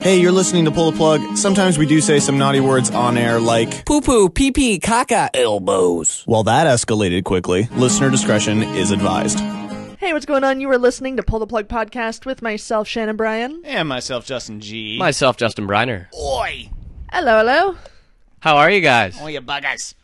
Hey, you're listening to Pull the Plug. Sometimes we do say some naughty words on air like, Poo poo, pee pee, caca, elbows. well, that escalated quickly. Listener discretion is advised. Hey, what's going on? You are listening to Pull the Plug Podcast with myself, Shannon Bryan. And myself, Justin G. Myself, Justin Briner. Oi! Hello, hello. How are you guys? Oh, you buggers.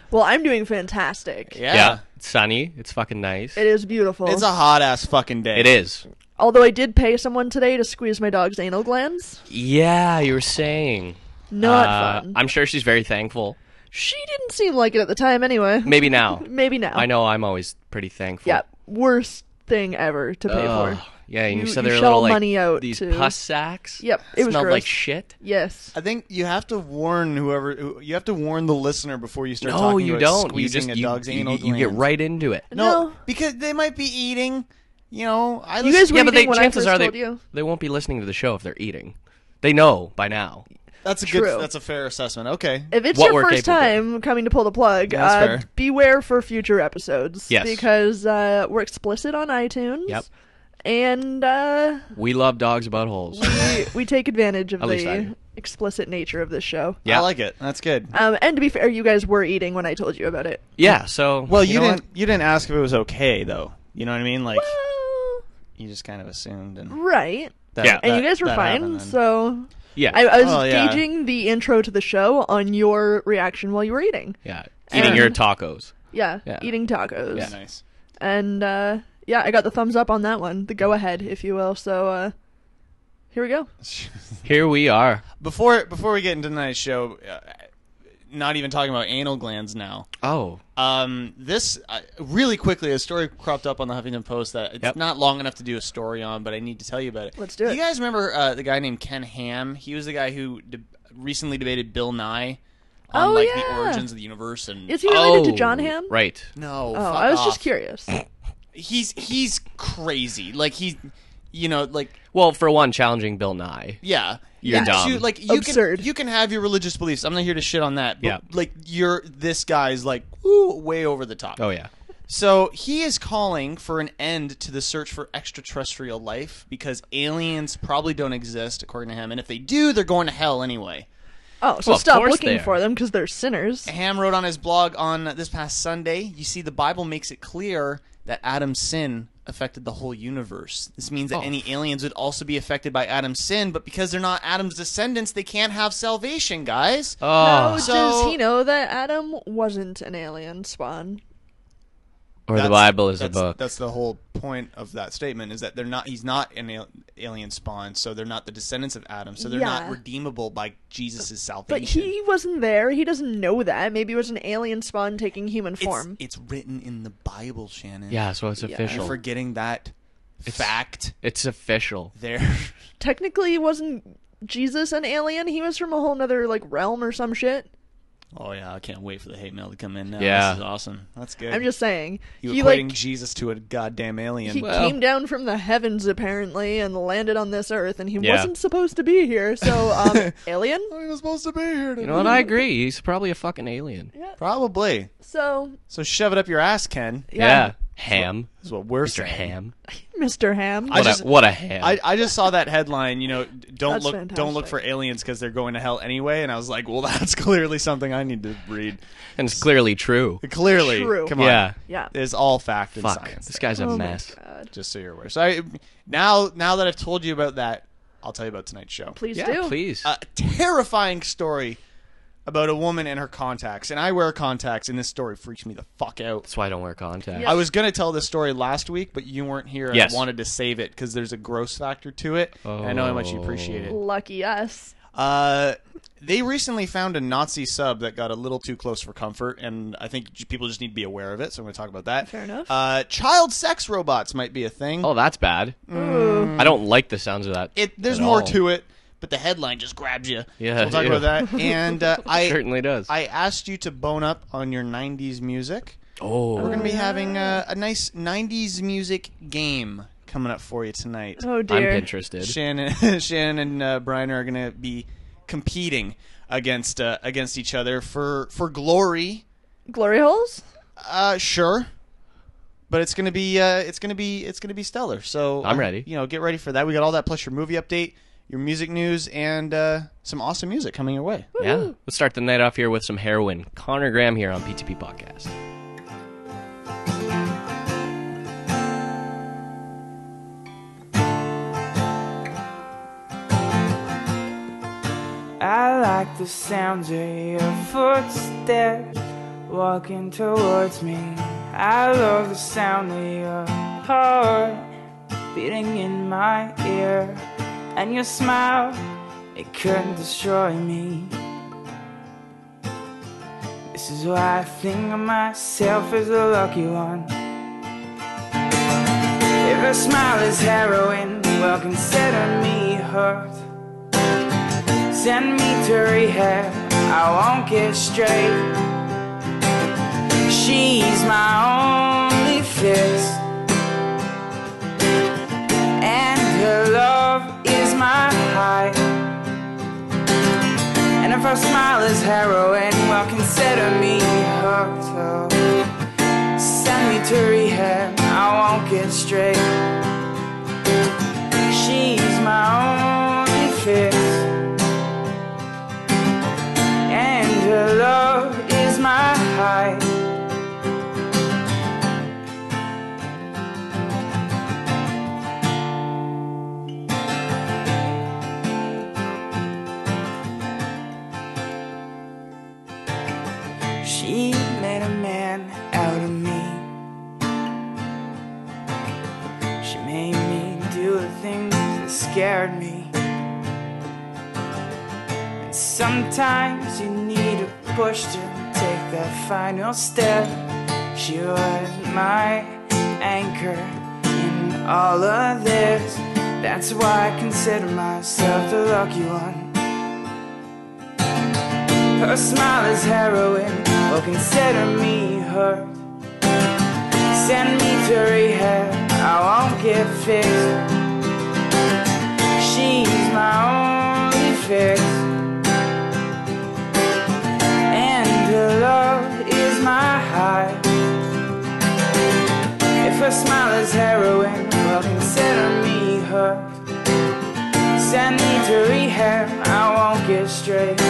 Well, I'm doing fantastic. Yeah. It's sunny. It's fucking nice. It is beautiful. It's a hot ass fucking day. It is. Although I did pay someone today to squeeze my dog's anal glands. Yeah, you were saying. Not Uh, fun. I'm sure she's very thankful. She didn't seem like it at the time anyway. Maybe now. Maybe now. I know I'm always pretty thankful. Yeah, worst thing ever to pay Ugh. for. Yeah, and you, You- said you they're shell little like money out these to- pus sacks. Yep, it was smelled gross. like shit. Yes. I think you have to warn whoever. who- You have to warn the listener before you start No, talking you about don't. You squeezing just a you, dog's you- anal you get glands. right into it. No, No. because they might be eating. You know, I You listen- guys were yeah, but they, eating when I chances first are told they you. they won't be listening to the show if they're eating. They know by now. That's a True. good. That's a fair assessment. Okay. If it's what your we're first capable. time coming to pull the plug, Yeah, that's uh, fair. beware for future episodes. Yes. Because uh, we're explicit on iTunes. Yep. And uh, We love dogs' buttholes. we, we take advantage of At least I the do. explicit nature of this show. Yeah. I like it. That's good. Um, and to be fair, you guys were eating when I told you about it. yeah. So Well, you, know didn't. what? You didn't ask if it was okay though. You know what I mean? Like Well, you just kind of assumed and. right. That, Yeah. And that- you guys were that fine, happened then. so Yeah. I, I was Oh, yeah. gauging the intro to the show on your reaction while you were eating. yeah. Eating your tacos. Yeah, Yeah. eating tacos. Yeah, nice. And uh, yeah, I got the thumbs up on that one, the go ahead, if you will. So uh, here we go. Here we are. Before before we get into tonight's show, uh, not even talking about anal glands now. Oh, Um, this uh, really quickly a story cropped up on the Huffington Post that it's Yep. not long enough to do a story on, but I need to tell you about it. Let's do it. You guys remember uh, the guy named Ken Ham? He was the guy who de- recently debated Bill Nye on Oh, like yeah. the origins of the universe and Is he related to Oh, John Ham? Right. no. Oh, I was just curious. curious. He's he's crazy. Like he, you know, like Well, for one, challenging Bill Nye. Yeah, You're And dumb. two, like you Absurd. can you can have your religious beliefs. I'm not here to shit on that. But, Yeah. like you're this guy's like ooh, way over the top. Oh yeah. So he is calling for an end to the search for extraterrestrial life because aliens probably don't exist according to him, and if they do, they're going to hell anyway. Oh, so Well, of stop course looking they are. for them because they're sinners. Ham wrote on his blog on this past Sunday, you see, the Bible makes it clear that Adam's sin affected the whole universe. This means that Oh. any aliens would also be affected by Adam's sin, but because they're not Adam's descendants, they can't have salvation, guys. How Oh, does So- he know that Adam wasn't an alien spawn? or the That's- Bible is a that's, book. That's the whole point of that statement is that they're not. He's not an al- alien spawn, so they're not the descendants of Adam, so they're Yeah. not redeemable by Jesus' salvation. But he wasn't there. He doesn't know that. Maybe it was an alien spawn taking human it's, form. it's written in the Bible, Shannon. yeah, so it's you're official. forgetting that fact. it's official. There, Technically, wasn't Jesus an alien? He was from a whole nother like realm or some shit. Oh yeah, I can't wait for the hate mail to come in. Now. Yeah. this is awesome. That's good. I'm just saying. you he equating like Jesus to a goddamn alien. he came down from the heavens apparently and landed on this earth, and he Yeah. wasn't supposed to be here. So, um, alien. he was supposed to be here. You know what? I agree. He's probably a fucking alien. Yeah. Probably. So So shove it up your ass, Ken. Ham. That's what we're Mr. saying. Ham. Mr. Ham. I What, just- a, what a ham. I, I just saw that headline. You know, don't That's look don't fantastic. look for aliens because they're going to hell anyway. And I was like, well, that's clearly something I need to read. and it's clearly true. Clearly, True. come on, Yeah. yeah. it's all fact and Fuck. science. This guy's a oh mess. my god. just so you're aware. So I, now now that I've told you about that, I'll tell you about tonight's show. Please Yeah, do. please. a terrifying story about a woman and her contacts. And I wear contacts, and this story freaks me the fuck out. That's why I don't wear contacts. Yeah. I was going to tell this story last week, but you weren't here. and Yes. I wanted to save it because there's a gross factor to it. and I know how much you appreciate it. Lucky us. Uh, they recently found a Nazi sub that got a little too close for comfort, and I think j- people just need to be aware of it, so I'm going to talk about that. Fair enough. Uh, child sex robots might be a thing. Mm. Oh, that's bad. I don't like the sounds of that. It, there's at more all. to it, but the headline just grabs you. Yeah, So we'll talk ew. about that. And uh, I Certainly does. I asked you to bone up on your 90s music. We're oh, going to be having uh, a, a nice 90s music game coming up for you tonight. Oh I'm dear. interested. Shannon, Shannon and uh, Brian are going to be competing against uh, against each other for for glory. Glory holes. Uh, sure. But it's gonna be uh, it's gonna be it's gonna be stellar. So I'm uh, ready. You know, get ready for that. We got all that plus your movie update. your music news, and uh, some awesome music coming your way. Yeah. Let's start the night off here with some heroin. Connor Graham here on PTP Podcast. I like the sound of your footsteps walking towards me. I love the sound of your heart beating in my ear. And your smile, it couldn't destroy me. This is why I think of myself as a lucky one. If a smile is heroin, well, consider me hurt. Send me to rehab, I won't get straight. She's my only fix, and her love is my high. And if her smile is heroin, well, consider me hooked up. Send me to rehab, I won't get straight. She's my only fix and her love is my high. She made a man out of me. She made me do the things that scared me. Sometimes you need a push to take that final step. She was my anchor in all of this. That's why I consider myself the lucky one. Her smile is heroin, well, consider me hurt. Send me to rehab, I won't get fixed. She's my only fix and her love is my high. If her smile is heroin, well, consider me her. Send me to rehab, I won't get straight.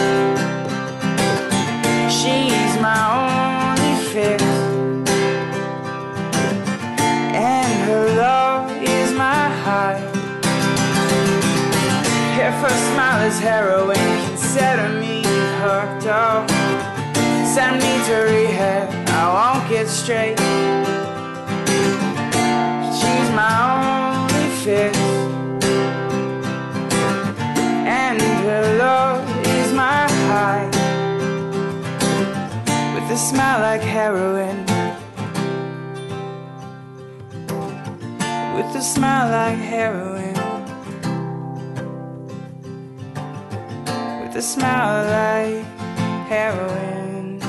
She's my only fix, and her love is my high. If her smile is heroin, consider me oh. her dog. Send me to rehab, I won't get straight. She's my only fix, and her love is my high. With a smile like heroin, with a smile like heroin, with a smile like heroin.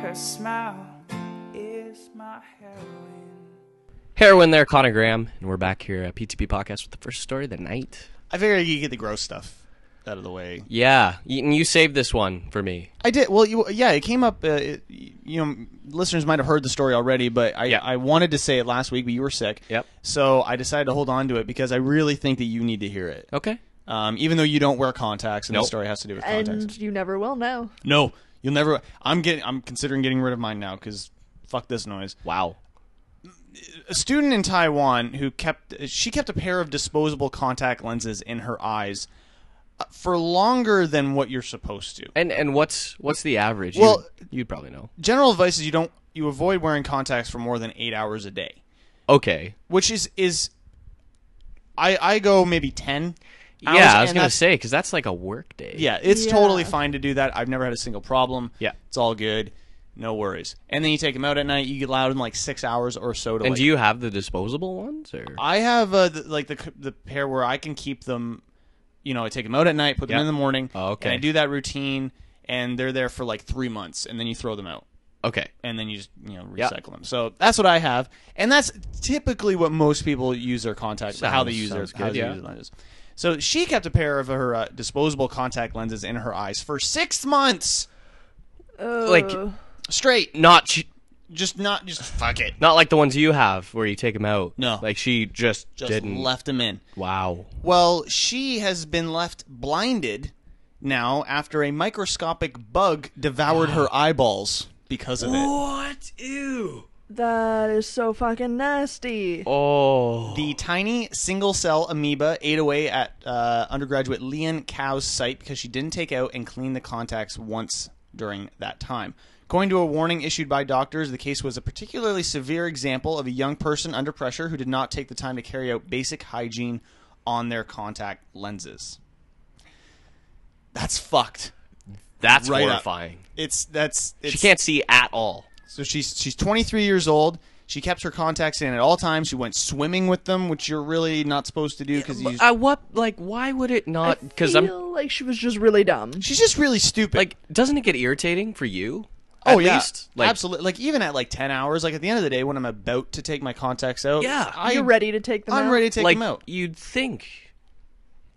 Her smile is my heroin. Heroin there, Connor Graham. And we're back here at PTP Podcast with the first story of the night. I figure you get the gross stuff out of the way. Yeah. Eaton, you saved this one for me. I did. Well, you, yeah, it came up. Uh, it, you know, listeners might have heard the story already, but I, Yeah. I wanted to say it last week, but you were sick. Yep. So I decided to hold on to it because I really think that you need to hear it. Okay. Um, even though you don't wear contacts, and Nope. the story has to do with contacts. and you never will now. No, you'll never. I'm getting. I'm considering getting rid of mine now because fuck this noise. Wow. A student in Taiwan who kept she kept a pair of disposable contact lenses in her eyes uh, for longer than what you're supposed to. And and what's what's the average? Well- you, would probably know. General advice is you don't you avoid wearing contacts for more than eight hours a day, Okay. which is is I I go maybe ten. hours, yeah, I was gonna and that's- say because that's like a work day. Yeah, it's Yeah. totally fine to do that. I've never had a single problem. Yeah. it's all good. No worries. And then you take them out at night. You get allowed in like six hours or so to. And like, do you have the disposable ones or? I have uh, the, like the c- the pair where I can keep them. You know, I take them out at night, put them Yeah. in the morning, Oh, okay. and I do that routine, and they're there for like three months, and then you throw them out, okay. and then you just you know Yeah. recycle them. So that's what I have, and that's typically what most people use their contact, how they Sounds- use their sounds how good, they yeah. use their lenses. So she kept a pair of her uh, disposable contact lenses in her eyes for six months Oh, Like straight. not ch- Just not, just fuck it. Not like the ones you have where you take them out. No. Like she just, Just didn't. left him in. Wow. Well, she has been left blinded now after a microscopic bug devoured her eyeballs because of it. What? Ew. That is so fucking nasty. Oh. The tiny single cell amoeba ate away at uh, undergraduate Leon Cow's sight because she didn't take out and clean the contacts once during that time. According to a warning issued by doctors, the case was a particularly severe example of a young person under pressure who did not take the time to carry out basic hygiene on their contact lenses. That's fucked. That's Right up. horrifying. It's that's it's, She can't see at all. So she's she's 23 years old. She kept her contacts in at all times. She went swimming with them, which you're really not supposed to do because you. Uh, what? Like, why would it not? Because I I'm feel like she was just really dumb. she's just really stupid. like, doesn't it get irritating for you? oh At yeah, least? Like, absolutely. Like even at like 10 hours, like at the end of the day when I'm about to take my contacts out, Yeah. I, You're ready to take them I'm out? ready to take Like, them out. you'd think.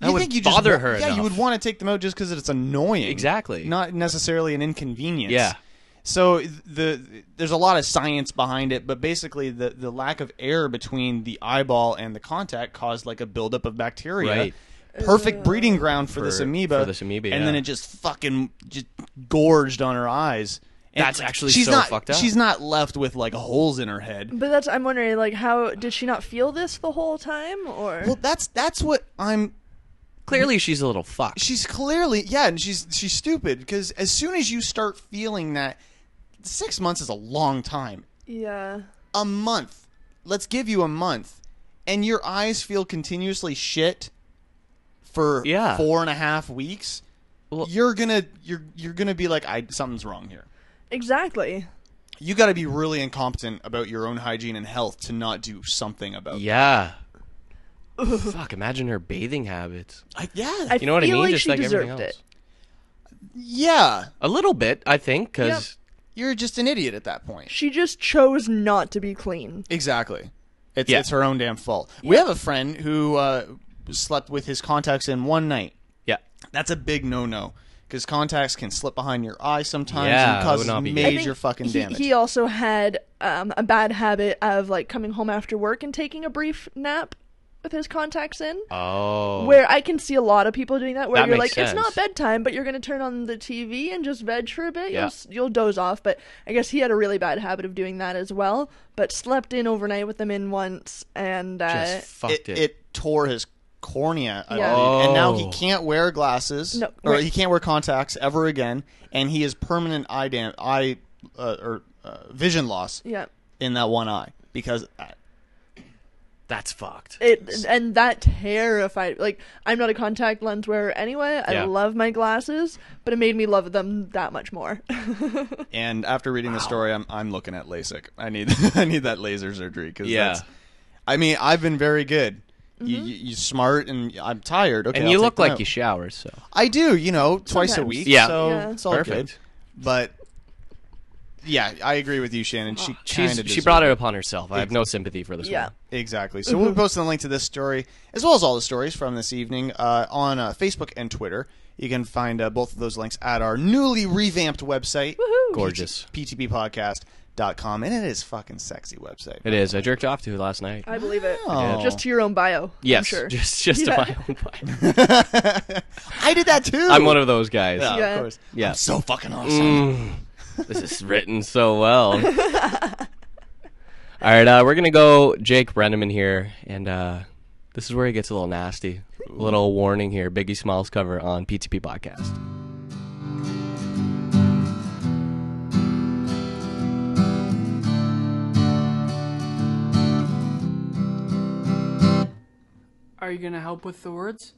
You would think you bother just, wa- her Yeah, you enough. would want to take them out just because it's annoying. Exactly. Not necessarily an inconvenience. Yeah. So th- the there's a lot of science behind it, but basically the the lack of air between the eyeball and the contact caused like a buildup of bacteria. Right. Perfect breeding Uh, ground for, this For- amoeba. for this amoeba, and then yeah. it just fucking just gorged on her eyes. And That's actually she's so not, fucked up. She's not left with like holes in her head. But that's I'm wondering like how did she not feel this the whole time or Well, that's that's what I'm Clearly, she's a little fuck. she's clearly yeah, and she's she's stupid because as soon as you start feeling that, six months is a long time. yeah. A month, let's give you a month, and your eyes feel continuously shit for Yeah. four and a half weeks. Well- you're gonna you're you're gonna be like I something's wrong here. Exactly. You got to be really incompetent about your own hygiene and health to not do something about. Yeah. Fuck, imagine her bathing habits. I, yeah, I You know what I feel mean? like Just she like everything deserved else. it. yeah. A little bit, I think, because Uh, You're just an idiot at that point. She just chose not to be clean. Exactly. It's Yeah. it's her own damn fault. We have a friend who uh, slept with his contacts in one night. yeah, That's a big no no because contacts can slip behind your eye sometimes Yeah, and that cause would not be good. I I major think fucking he, damage. He also had um, a bad habit of like coming home after work and taking a brief nap with his contacts in. oh, Where I can see a lot of people doing that, where That you're makes like, it's not sense. bedtime, but you're going to turn on the TV and just veg for a bit. Yeah. You'll, s- you'll doze off. But I guess he had a really bad habit of doing that as well. But slept in overnight with them in once, and uh, just fucked it, it. it tore his cornea, I Yeah. believe, and now he Oh. can't wear glasses No, or wait. he can't wear contacts ever again, and he has permanent eye dam- eye uh, or uh, vision loss yeah, in that one eye because uh, That's fucked. it and that terrified. Like I'm not a contact lens wearer anyway. I Yeah. love my glasses, but it made me love them that much more. And after reading the story, I'm I'm looking at LASIK. I need I need that laser surgery because Yeah. I mean I've been very good. Mm-hmm. You, you you smart and I'm tired. Okay, and I'll you take look them like out. you shower, so I do. You know, twice a Sometimes. week. Yeah. so Yeah. it's all Perfect. good. But yeah, I agree with you, Shannon. She she's kinda she brought deserved it upon herself. I have no sympathy for this Oh. yeah. woman. Exactly. So we'll be posting the link to this story, as well as all the stories from this evening, uh, on uh, Facebook and Twitter. You can find uh, both of those links at our newly revamped website, Gorgeous. ptppodcast.com. And it is fucking sexy website. It is. I jerked off to it last night. I believe it. Oh. Just to your own bio. I'm yes, sure. just just Yeah. to my own body. I did that too. I'm one of those guys. Yeah, Yeah. of course. Yeah. Mm. I'm so fucking awesome. this is written so well. All right, uh, we're gonna go Jake Brenneman here, and uh, this is where he gets a little nasty. Little warning here: Biggie Smalls cover on PTP podcast. Are you gonna help with the words?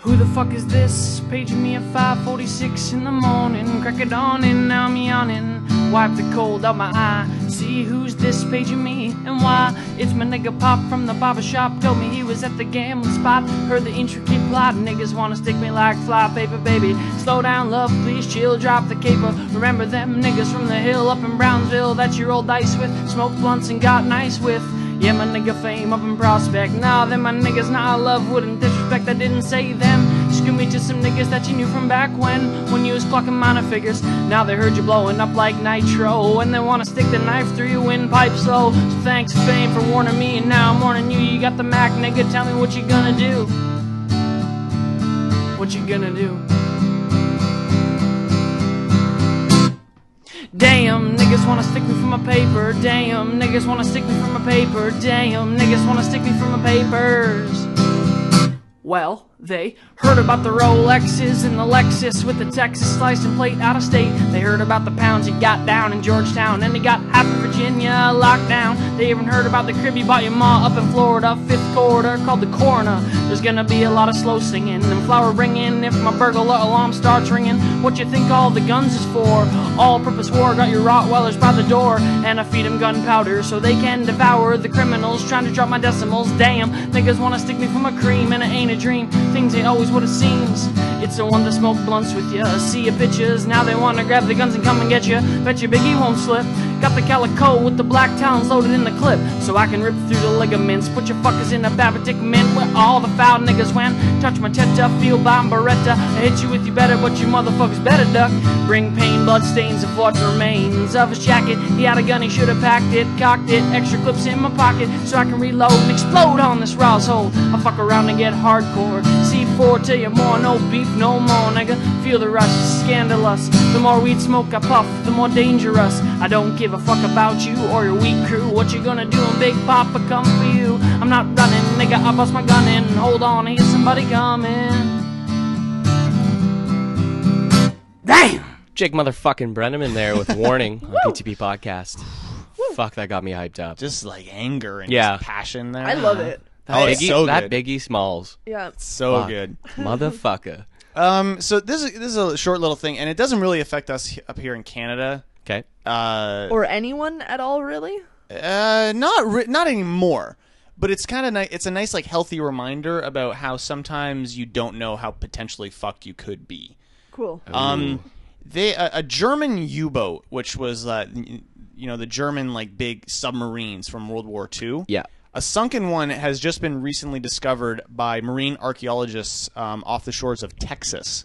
Who the fuck is this? Paging me at 5:46 in the morning, crack it on and now I'm yawning. Wipe the cold out my eye. See who's this paging me and why? It's my nigga Pop from the barber shop. Told me he was at the gambling spot. Heard the intricate plot. Niggas wanna stick me like fly paper, baby. Slow down, love, please chill. Drop the caper. Remember them niggas from the hill up in Brownsville that you rolled dice with, smoked blunts and got nice with. Yeah, my nigga fame up in prospect. Nah, them my niggas, nah, I love wouldn't disrespect. I didn't say them. Just You meet just some niggas that you knew from back when, when you was clocking minor figures. Now they heard you blowing up like nitro, and they wanna stick the knife through your windpipe. So, so thanks fame for warning me, and now I'm warning you. You got the Mac, nigga. Tell me what you gonna do. What you gonna do? Damn, niggas wanna stick me for my paper. Damn, niggas wanna stick me for my paper. Damn, niggas wanna stick me for my papers. Well, they heard about the Rolexes and the Lexus with the Texas slice and plate out of state. They heard about the pounds he got down in Georgetown, and they got half of Virginia locked down. They even heard about the crib you bought your ma up in Florida, fifth quarter called the coroner. There's gonna be a lot of slow singing and flower ringing if my burglar alarm starts ringing. What you think all the guns is for? All-purpose war got your Rottweilers by the door, and I feed 'em gunpowder so they can devour the criminals trying to drop my decimals. Damn, niggas wanna stick me for my cream, and it ain't a dream. Things ain't always what it seems. It's the one that smoke blunts with ya, see your pictures. Now they wanna grab the guns and come and get ya. Bet your biggie won't slip. Got the calico with the black talons loaded in the clip, so I can rip through the ligaments. Put your fuckers in a babatic mint where all the foul niggas went. Touch my teta, feel by my beretta. I hit you with you better, but you motherfuckers better duck. Bring pain, blood stains, and what remains of his jacket. He had a gun, he should have packed it, cocked it. Extra clips in my pocket, so I can reload and explode on this rouse hole. I fuck around and get hardcore. C4 till you're more, no beef, no more, nigga. Feel the rush, scandalous. The more weed smoke I puff, the more dangerous. I don't give a fuck about you or your weak crew. What you gonna do when Big Papa come for you? I'm not running, nigga. I bust my gun in. Hold on, here's somebody coming. Damn! Jake motherfucking Brenneman there with warning on PTP podcast. Fuck, that got me hyped up. Just like anger and Yeah. just passion there. I love it. That Oh, it's Biggie, so that good. Biggie Smalls, Yeah. So Fuck. good. motherfucker. Um, so this is this is a short little thing, and it doesn't really affect us he- up here in Canada. Okay, Uh, Or anyone at all, really? uh, not ri- not anymore. But it's kind of nice. It's a nice, like, healthy reminder about how sometimes you don't know how potentially fucked you could be. Cool. Um, they a, a German U-boat, which was uh, you know the German like big submarines from World War II. Yeah. a sunken one has just been recently discovered by marine archaeologists um, off the shores of Texas,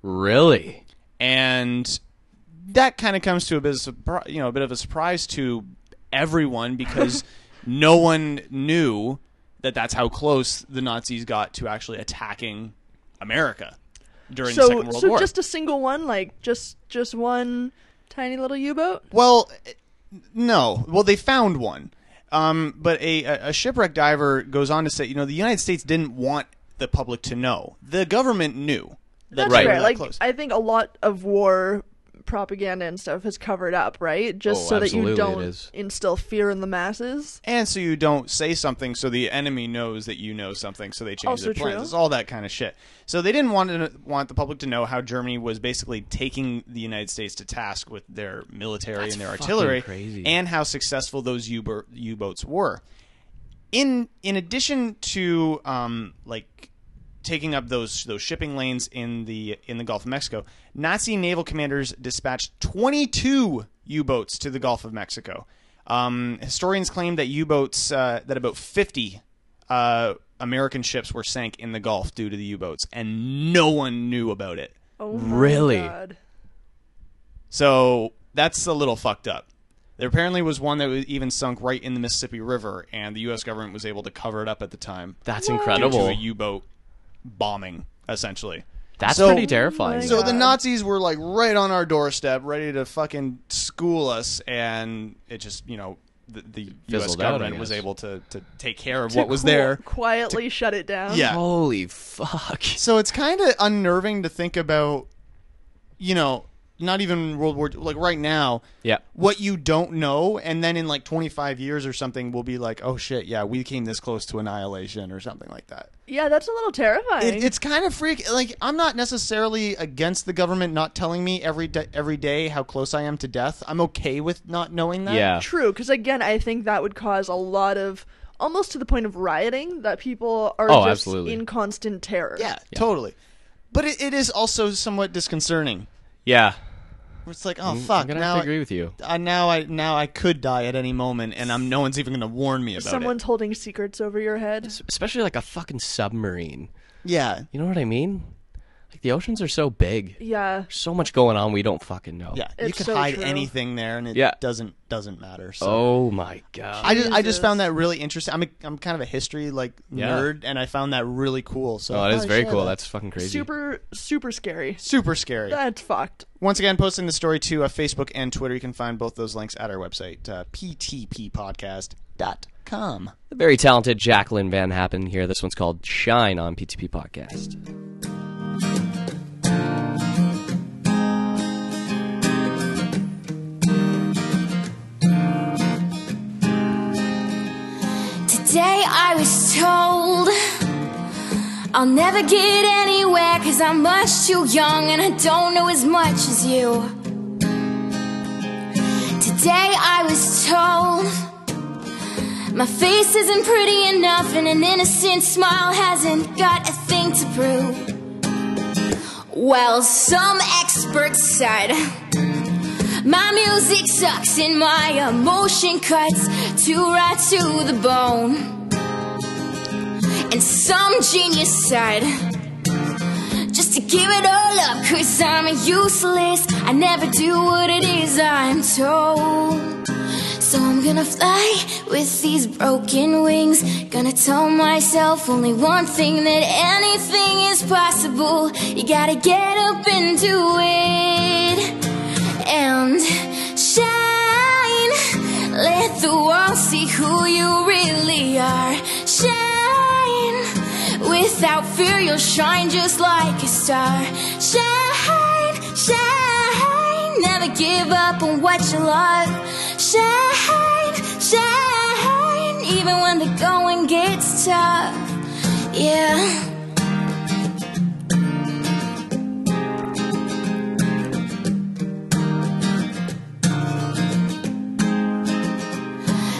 really? and that kind of comes to a bit of surpri- you know a bit of a surprise to everyone because no one knew that that's how close the Nazis got to actually attacking America during the Second so, World so War. just a single one, like just just one tiny little U-boat. Well, eh, no. Well, they found one, um, but a, a shipwreck diver goes on to say, you know, the United States didn't want the public to know. The government knew. That That's Right. they were fair. that Like close. I think a lot of war propaganda and stuff has covered up, right? Just Oh, so that absolutely you it don't is. instill fear in the masses. and so you don't say something, so the enemy knows that you know something, so they change Also their plans. true. It's all that kind of shit. So they didn't want to, want the public to know how Germany was basically taking the United States to task with their military and their fucking artillery, crazy. and how successful those U-bo- U-boats were. in in addition to um, like taking up those those shipping lanes in the in the Gulf of Mexico, Nazi naval commanders dispatched 22 U-boats to the Gulf of Mexico. Um, historians claim that U-boats uh, that about 50 uh, American ships were sank in the Gulf due to the U-boats, and no one knew about it. Oh my Really? God. So that's a little fucked up. There apparently was one that was even sunk right in the Mississippi River, and the U.S. government was able to cover it up at the time. That's due to incredible. a U-boat bombing, essentially. That's So- pretty terrifying. my So God. the Nazis were like right on our doorstep, ready to fucking school us, and it just you know the, the U.S. Fizzled out, I government was guess. able to to take care of To what was qu- there. Quietly shut it down. Yeah. Holy fuck. So it's kind of unnerving to think about, you know, not even World War like right now. Yeah. What you don't know, and then in like 25 years or something, we'll be like, oh shit, yeah, we came this close to annihilation or something like that. Yeah, that's a little terrifying. It, it's kind of freak. Like I'm not necessarily against the government not telling me every day, every day how close I am to death. I'm okay with not knowing that. Yeah. True, because again, I think that would cause a lot of almost to the point of rioting that people are Oh, just absolutely. in constant terror. Yeah, totally. But it, it is also somewhat disconcerting. Yeah. It's like, oh fuck, I'm gonna now have to agree with you. uh, now I now I could die at any moment, and I'm no one's even going to warn me about Someone's holding secrets over your head. Especially like a fucking submarine. it. Yeah, You know what I mean? Like the oceans are so big. Yeah. There's so much going on we don't fucking know. Yeah, you It's can so hide true. anything there, and it Yeah. doesn't doesn't matter. So. Oh my god. I just I Jesus. just found that really interesting. I'm a, I'm kind of a history like Yeah. nerd, and I found that really cool. So Oh, it is holy very shit, cool. that's That's fucking crazy. Super super scary. super scary. That's fucked. Once again, posting the story to uh, Facebook and Twitter. You can find both those links at our website, uh, ptppodcast.com. The very talented Jacqueline Van Happen here. This one's called Shine on PTP Podcast. Today I was told I'll never get anywhere cause I'm much too young and I don't know as much as you. Today I was told my face isn't pretty enough and an innocent smile hasn't got a thing to prove. Well, some experts said. My music sucks and my emotion cuts too right to the bone. And some genius said, just to give it all up, cause I'm useless. I never do what it is I'm told. So I'm gonna fly with these broken wings. Gonna tell myself only one thing that anything is possible. You gotta get up and do it and shine. Let the world see who you really are. Shine. Without fear, you'll shine just like a star. Shine, shine. Never give up on what you love. Shine, shine. Even when the going gets tough. Yeah.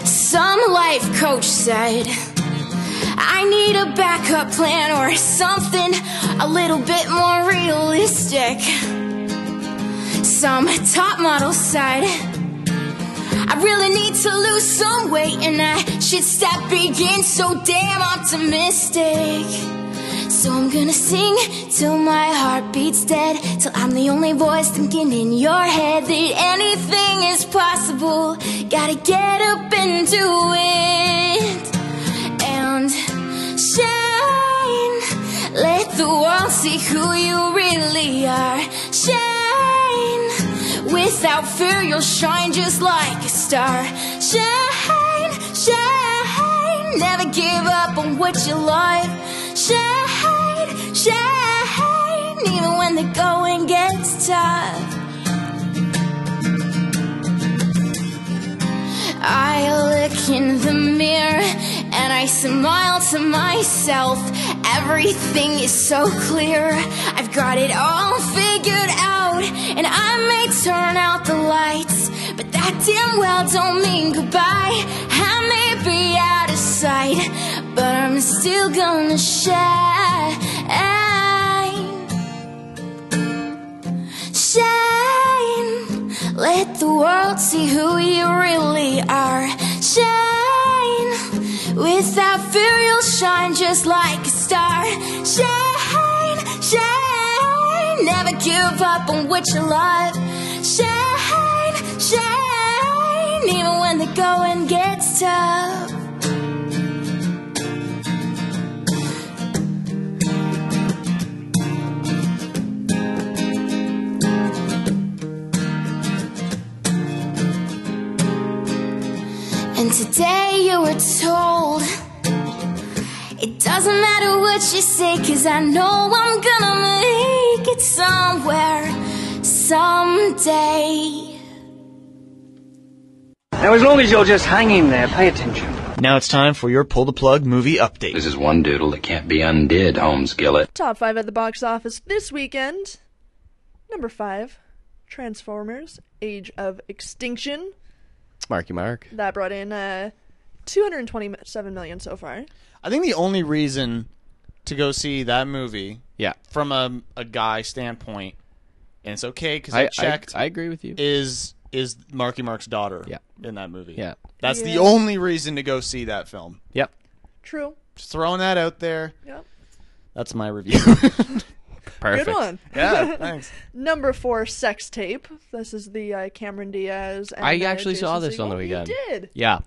Some life coach said, I need a backup plan or something a little bit more realistic. Some top model said, I really need to lose some weight and I should stop being so damn optimistic. So I'm gonna sing till my heart beats dead. Till I'm the only voice thinking in your head that anything is possible. Gotta get up and do it. And shine. Let the world see who you really are. Shine. Without fear, you'll shine just like a star. Shine, shine. Never give up on what you love. Shine, shine. Even when the going gets tough. I look in the mirror and I smile to myself. Everything is so clear. I've got it all figured out. And I may turn out the lights, but that damn well don't mean goodbye. I may be out of sight, but I'm still gonna shine shine. Let the world see who you really are. Shine. Without fear, you'll shine just like a star. Shine, shine. Never give up on what you love. Shine, shine. Even when the going gets tough. And today you were told It doesn't matter what you say Cause I know I'm gonna make it somewhere Someday Now, as long as you're just hanging there, pay attention. Now it's time for your pull the plug movie update. This is one doodle that can't be undid, Holmes Gillett. Top five at the box office this weekend. Number five, Transformers: Age of Extinction. Marky Mark. That brought in uh, 227 million so far. I think the only reason to go see that movie Yeah. from a, a guy standpoint, and it's okay because I, I, I, checked, I agree with you. is is Marky Mark's daughter Yeah. in that movie. Yeah. That's the Yeah. only reason to go see that film. Yep. True. Just throwing that out there. Yep. That's my review. Perfect. Good one. Yeah, thanks. Number four, sex tape. This is the uh, Cameron Diaz. And, I uh, actually saw Jason this on the Segel. weekend. You did. Yeah.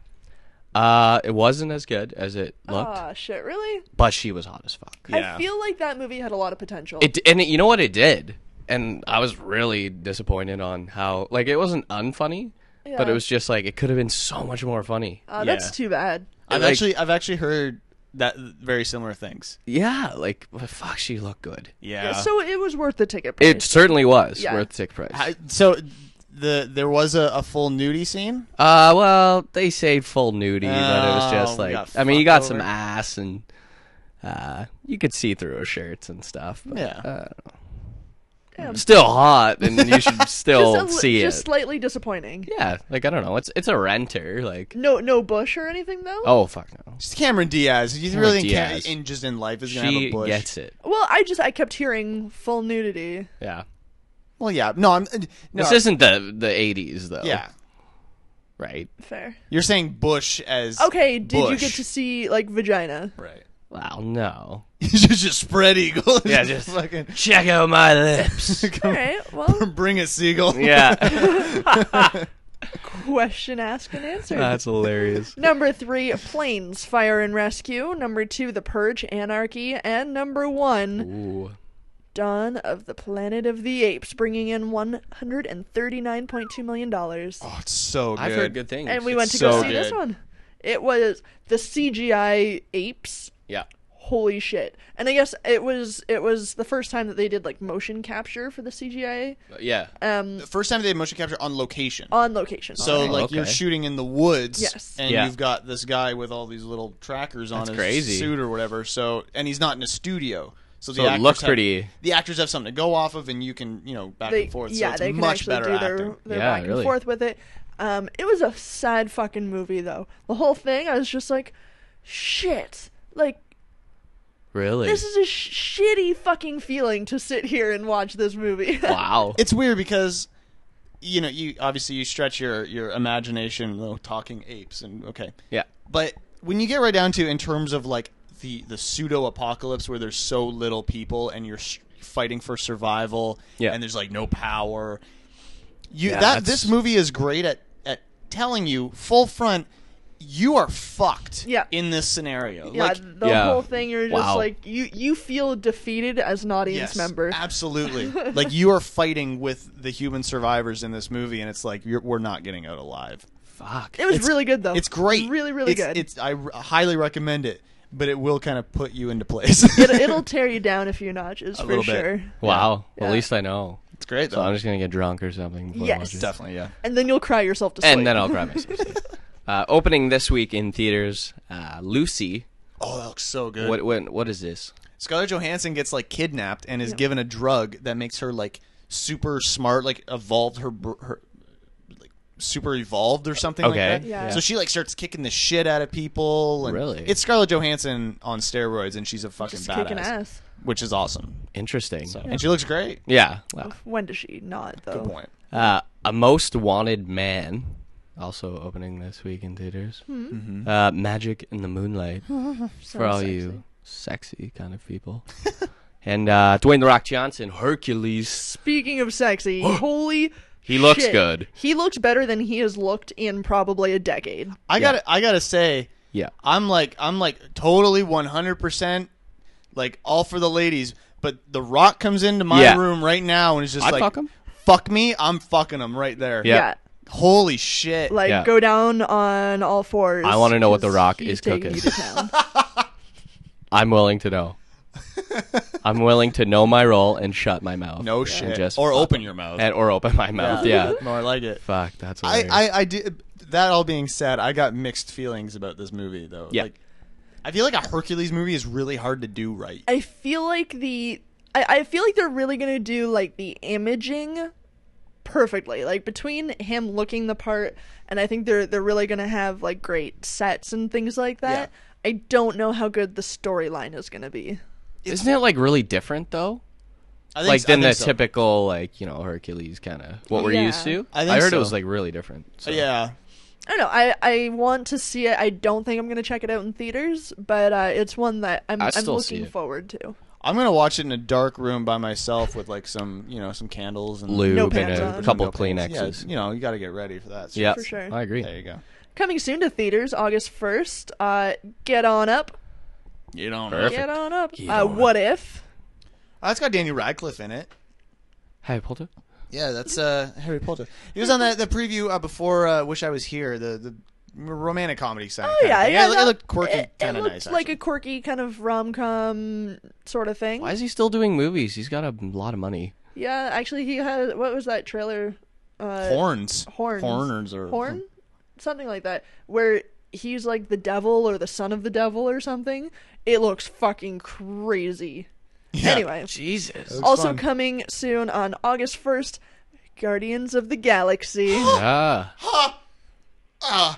Uh, it wasn't as good as it looked, Ah, shit, really? but she was hot as fuck. Yeah. I feel like that movie had a lot of potential. It and it, you know what it did, and I was really disappointed on how like it wasn't unfunny, but Yeah. it was just like it could have been so much more funny. uh, That's yeah. too bad. I've Like- actually uh, I've actually heard that very similar things. Yeah, like well, fuck, she looked good. Yeah. Yeah, so it was worth the ticket price. It certainly was Yeah. worth tick price. I- so the there was a, a full nudie scene. Uh, well, they say full nudie, but it was Oh, just we like got I mean, you fucked got some over. ass and uh, you could see through her shirts and stuff. But, Yeah. uh, Yeah. still hot, and you should still just, a li- see just it. slightly disappointing. yeah, like I don't know, it's it's a renter. Like No, no bush or anything though. oh fuck no, It's Cameron Diaz. You really think Cam- Diaz. in just in life is gonna have she a bush? gets it. Well, I just I kept hearing full nudity. Yeah, Well, yeah. No, I'm. No, this isn't the the eighties though. Yeah, right. Fair. you're saying Bush as Okay, did you Bush. get to see like vagina? right? Wow, no. It's just a spread eagle. Yeah, just- fucking Check out my lips. All right. Well, bring a seagull. yeah, question asked and answered. that's hilarious. Number three, Planes, Fire and Rescue. Number two, The Purge, Anarchy. And number one, Ooh. Dawn of the Planet of the Apes, bringing in $139.2 million. Oh, it's so good. I've heard good things. and we went to so go see this good. one. It was the CGI apes. Yeah. Holy shit. And I guess it was it was the first time that they did like motion capture for the CGI Yeah. um The first time they had motion capture on location. on location. so Oh, like you're okay. shooting in the woods, Yes. and Yeah. you've got this guy with all these little trackers on That's his crazy. suit or whatever. So and he's not in a studio, so, So the it actors looks have- pretty- The actors have something to go off of, and you can you know back they, and forth. yeah, so it's they can much actually better do acting. their, their Yeah, back and really. forth with it. Um, it was a sad fucking movie though. The whole thing, I was just like, shit. Like Really? this is a sh- shitty fucking feeling to sit here and watch this movie. wow. it's weird because you know you obviously you stretch your your imagination though talking apes and okay yeah. but when you get right down to in terms of like the the pseudo apocalypse where there's so little people and you're s fighting for survival Yeah. and there's like no power you Yeah, that that's- this movie is great at at telling you full front you are fucked Yeah. in this scenario yeah, like the yeah. whole thing you're just Wow. like you you feel defeated as an audience Yes, member. Absolutely. like you are fighting with the human survivors in this movie, and it's like you're, we're not getting out alive. Fuck. It was It's- really good though. It's great. Really, really It's- good. It's I r- highly recommend it, but it will kind of put you into place. It, it'll tear you down a few notches for little bit. sure. Wow. Well, Yeah. At least I know. it's great So I'm just gonna get drunk or something. Before I Yes. watch it. Definitely, yeah. And then you'll cry yourself to sleep. And then I'll grab myself. some. uh, opening this week in theaters, uh, Lucy. Oh, that looks so good. What, what what is this? Scarlett Johansson gets like kidnapped and is given a drug that makes her like super smart, like evolved her br- her like super evolved or something Okay. like that. Yeah. So she like starts kicking the shit out of people and Really? it's Scarlett Johansson on steroids and she's a fucking just badass. kicking ass. Which is awesome. Interesting. And she looks great. Yeah. Wow. When does she not though? Good point. Uh, a most wanted man. Also opening this week in theaters. Hmm. Mm-hmm. Uh, Magic in the Moonlight for all you sexy kind of people. and uh, Dwayne the Rock Johnson, Hercules. Speaking of sexy, holy. He looks shit. good. He looks better than he has looked in probably a decade. I gotta I gotta say, Yeah. I'm like I'm like totally one hundred percent like all for the ladies, but the rock comes into my Yeah. room right now and is just I'd like fuck him. fuck me, I'm fucking him right there. Yeah. Holy shit. Like Yeah. go down on all fours. I wanna know what The 'cause Rock he's is cooking. taking you to town. I'm willing to know. I'm willing to know my role and shut my mouth. no And shit. just- or open your mouth. and, or open my mouth. Yeah. More like it. Fuck, that's I, hilarious. I, I did that all being said, I got mixed feelings about this movie though. Yeah. Like I feel like a Hercules movie is really hard to do right. I feel like the I, I feel like they're really gonna do like the imaging perfectly. Like between him looking the part and I think they're they're really gonna have like great sets and things like that. I don't know how good the storyline is gonna be. Isn't it like really different though? I think, Like I than think the so. typical like you know Hercules kind of what we're Yeah. used to. I think heard so. it was like really different. So. Yeah. I don't know. I, I want to see it. I don't think I'm gonna check it out in theaters, but uh, it's one that I'm I I'm still see looking it. forward to. I'm gonna watch it in a dark room by myself with like some, you know, some candles and Lube No and pants a on. couple No pants. Kleenexes. Yeah, you know, you got to get ready for that. Yeah, For sure. I agree. There you go. Coming soon to theaters, August 1st. Uh, get on up. You don't. Get on up. uh, what if? that's got Daniel Radcliffe in it. Harry Potter. Yeah, that's uh, Harry Potter. He was on that the preview uh, before uh, "Wish I Was Here," the the romantic comedy side. Oh, yeah, yeah. it, that- looked quirky, It, it kind of looked nice. like a actually. quirky kind of rom com sort of thing. Why is he still doing movies? He's got a lot of money. Yeah, actually, he had what was that trailer? Uh, horns, horns. horners, or horn, something like that, where he's like the devil or the son of the devil or something. It looks fucking crazy. Anyway, Jesus. also fun. coming soon on August first, Guardians of the Galaxy. Ah.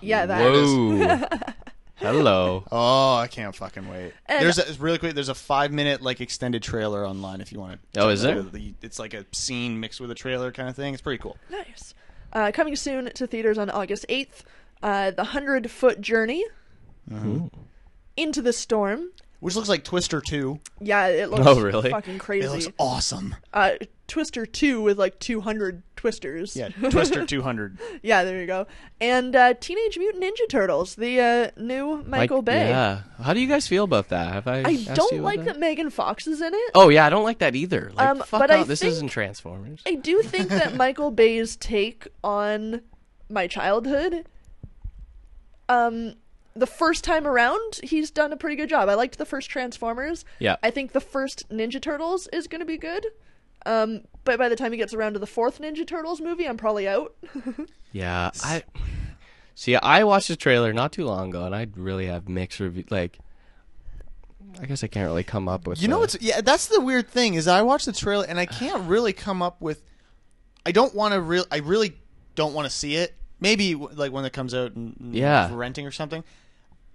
yeah, that. Whoa. Hello. Oh, I can't fucking wait. And- there's a, it's really quick. There's a five minute like extended trailer online if you want to. Oh, is there? It's like a scene mixed with a trailer kind of thing. It's pretty cool. Nice. Uh, coming soon to theaters on August 8th, uh, The Hundred Foot Journey, Into the Storm. Which looks like Twister Two. Yeah, it looks Oh, really? fucking It crazy. looks awesome. uh, Twister 2 with like 200 twisters. Yeah, Twister Two Hundred. Yeah, there you go. And uh, Teenage Mutant Ninja Turtles, the uh, new Michael Like, Bay. Yeah. How do you guys feel about that? Have I? I asked you don't about like that Megan Fox is in it. Oh yeah, I don't like that either. Like, Um, fuck but I off. This think- isn't Transformers. I do think that Michael Bay's take on my childhood, um, the first time around, he's done a pretty good job. I liked the first Transformers. Yeah. I think the first Ninja Turtles is going to be good. Um, but by the time he gets around to the fourth Ninja Turtles movie, I'm probably out. Yeah, I see. I watched the trailer not too long ago, and I really have mixed review. Like, I guess I can't really come up with. You know a- what's yeah, that's the weird thing is I watch the trailer and I can't really come up with I don't want to real I really don't want to see it. Maybe w- like when it comes out and and Yeah. for renting or something.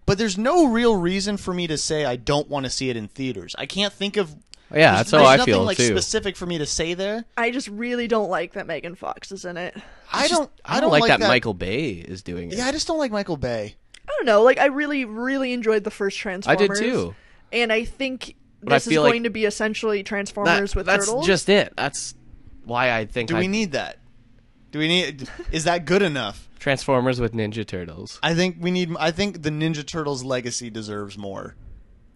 But there's no real reason for me to say I don't want to see it in theaters. I can't think of Yeah, there's- that's how there's I nothing, feel, like too. specific for me to say there. I just really don't like that Megan Fox is in it. I I don't I don't, like, that, Michael Bay is doing it. Yeah, I just don't like Michael Bay. don't know. Like, I really, really enjoyed the first I Transformers. did too. And I think I this is feel like going to be essentially That- Transformers with that's turtles. just it. That's why I think Do I, we need that? Do we need is that good enough? Transformers with Ninja Turtles. I think we need I think the Ninja Turtles legacy deserves more,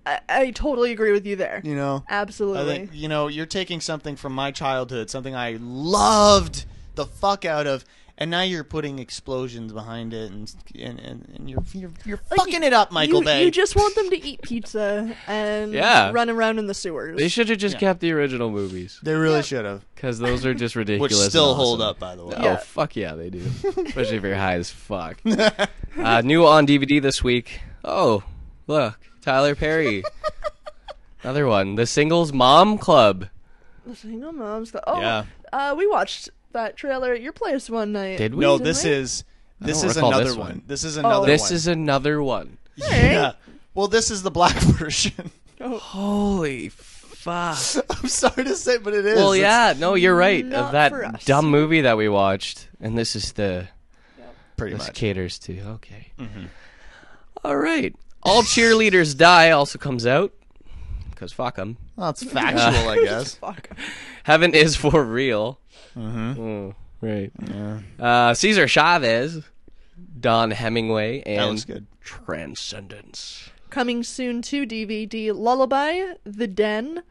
I, I totally agree with you there. you know. I Absolutely. think you know you're taking something from my childhood, something I loved the fuck out of, and now you're putting explosions behind it, and and, and, and you're you're, you're fucking it up, Michael you, Bay. You just want them to eat pizza and Yeah. run around in the sewers. They should have just kept the original movies they really should have, because those are just ridiculous. which and still awesome. hold up, by the way. Oh Yeah. fuck yeah, they do. Especially if you're high as fuck. uh, new on DVD this week. Oh, look, Tyler Perry. Another one, The Singles Mom Club. Single moms. go- oh, Yeah. uh, we watched that trailer at your place one night. Did we? No, Did this we? is this don't is recall another this one. one. This is another This one. is another one. yeah. Well, this is the black version. Oh. Holy fuck. I'm sorry to say, but it is. well, It's- yeah, no, you're right. Not Of for us. that dumb movie that we watched, and this is the pretty this much. Mm-hmm. caters to. Okay. All right. All cheerleaders die also comes out because fuck 'em. Uh, Well, it's factual, I guess. Fuck. Heaven is for real. Mm-hmm. right. Uh, Cesar Chavez, Don Hemingway, That looks and good. Transcendence. Coming soon to DVD Lullaby, The Den,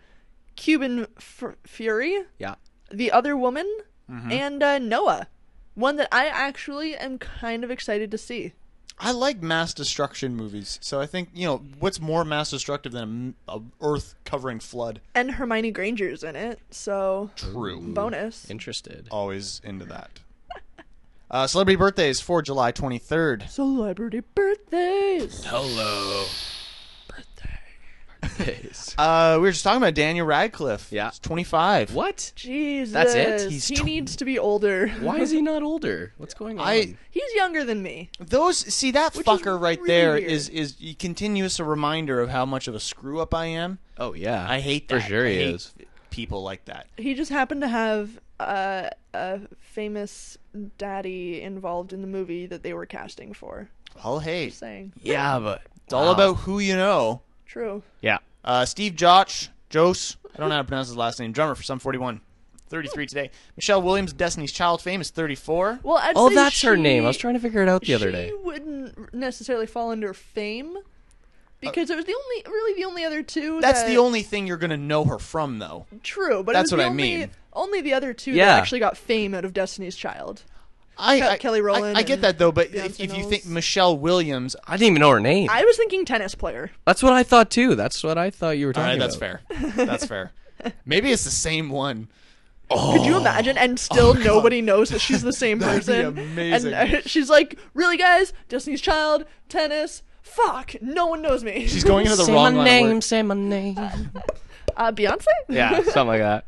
Cuban F- Fury, Yeah. The Other Woman, Mm-hmm. and uh, Noah. One that I actually am kind of excited to see. I like mass destruction movies, so I think you know what's more mass destructive than a, m- a Earth covering flood. And Hermione Granger's in it, so True. bonus. Interested. Always into that. Uh, celebrity birthdays for July 23rd. Celebrity birthdays. Hello. Birthday. Uh, we were just talking about Daniel Radcliffe. Yeah. He's 25. what? Jesus. it? He's he tw- needs to be older. Why is he not older? What's going on? I- He's younger than me. Those see that Which is fucker right really there weird. is is y- continuous a reminder of how much of a screw up I am. oh yeah. I hate For that. sure I he hate is. People like that. He just happened to have uh, a famous daddy involved in the movie that they were casting for. All hate. It's Saying Yeah, but uh, all about who you know. true. yeah. Uh, Steve Josh, Jose, I don't know how to pronounce his last name, drummer for Sum 41. 33 today. Michelle Williams, Destiny's Child fame, is 34. Well, I'd Oh, say that's her she- name. I was trying to figure it out the other she day. wouldn't necessarily fall under fame because it was the only, really, the only other two. That's that, the only thing you're going to know her from, though. True, but that's it was what the I only, mean. Only the other two Yeah. that actually got fame out of Destiny's Child. I, Ke- I- Kelly I- Rowland I, get and that, though, but Beyonce if, if you Knowles. think Michelle Williams. I didn't even know her name. I was thinking tennis player. That's what I thought too. That's what I thought you were All talking right, about. that's fair. That's fair. Maybe it's the same one. Oh, Could Oh. you imagine? And still nobody knows that she's the same person. amazing. And uh, she's like, really, guys? Destiny's Child, tennis. Fuck, no one knows me. She's going into the wrong line of work. say my name. Uh, Beyonce? Yeah. Something like that.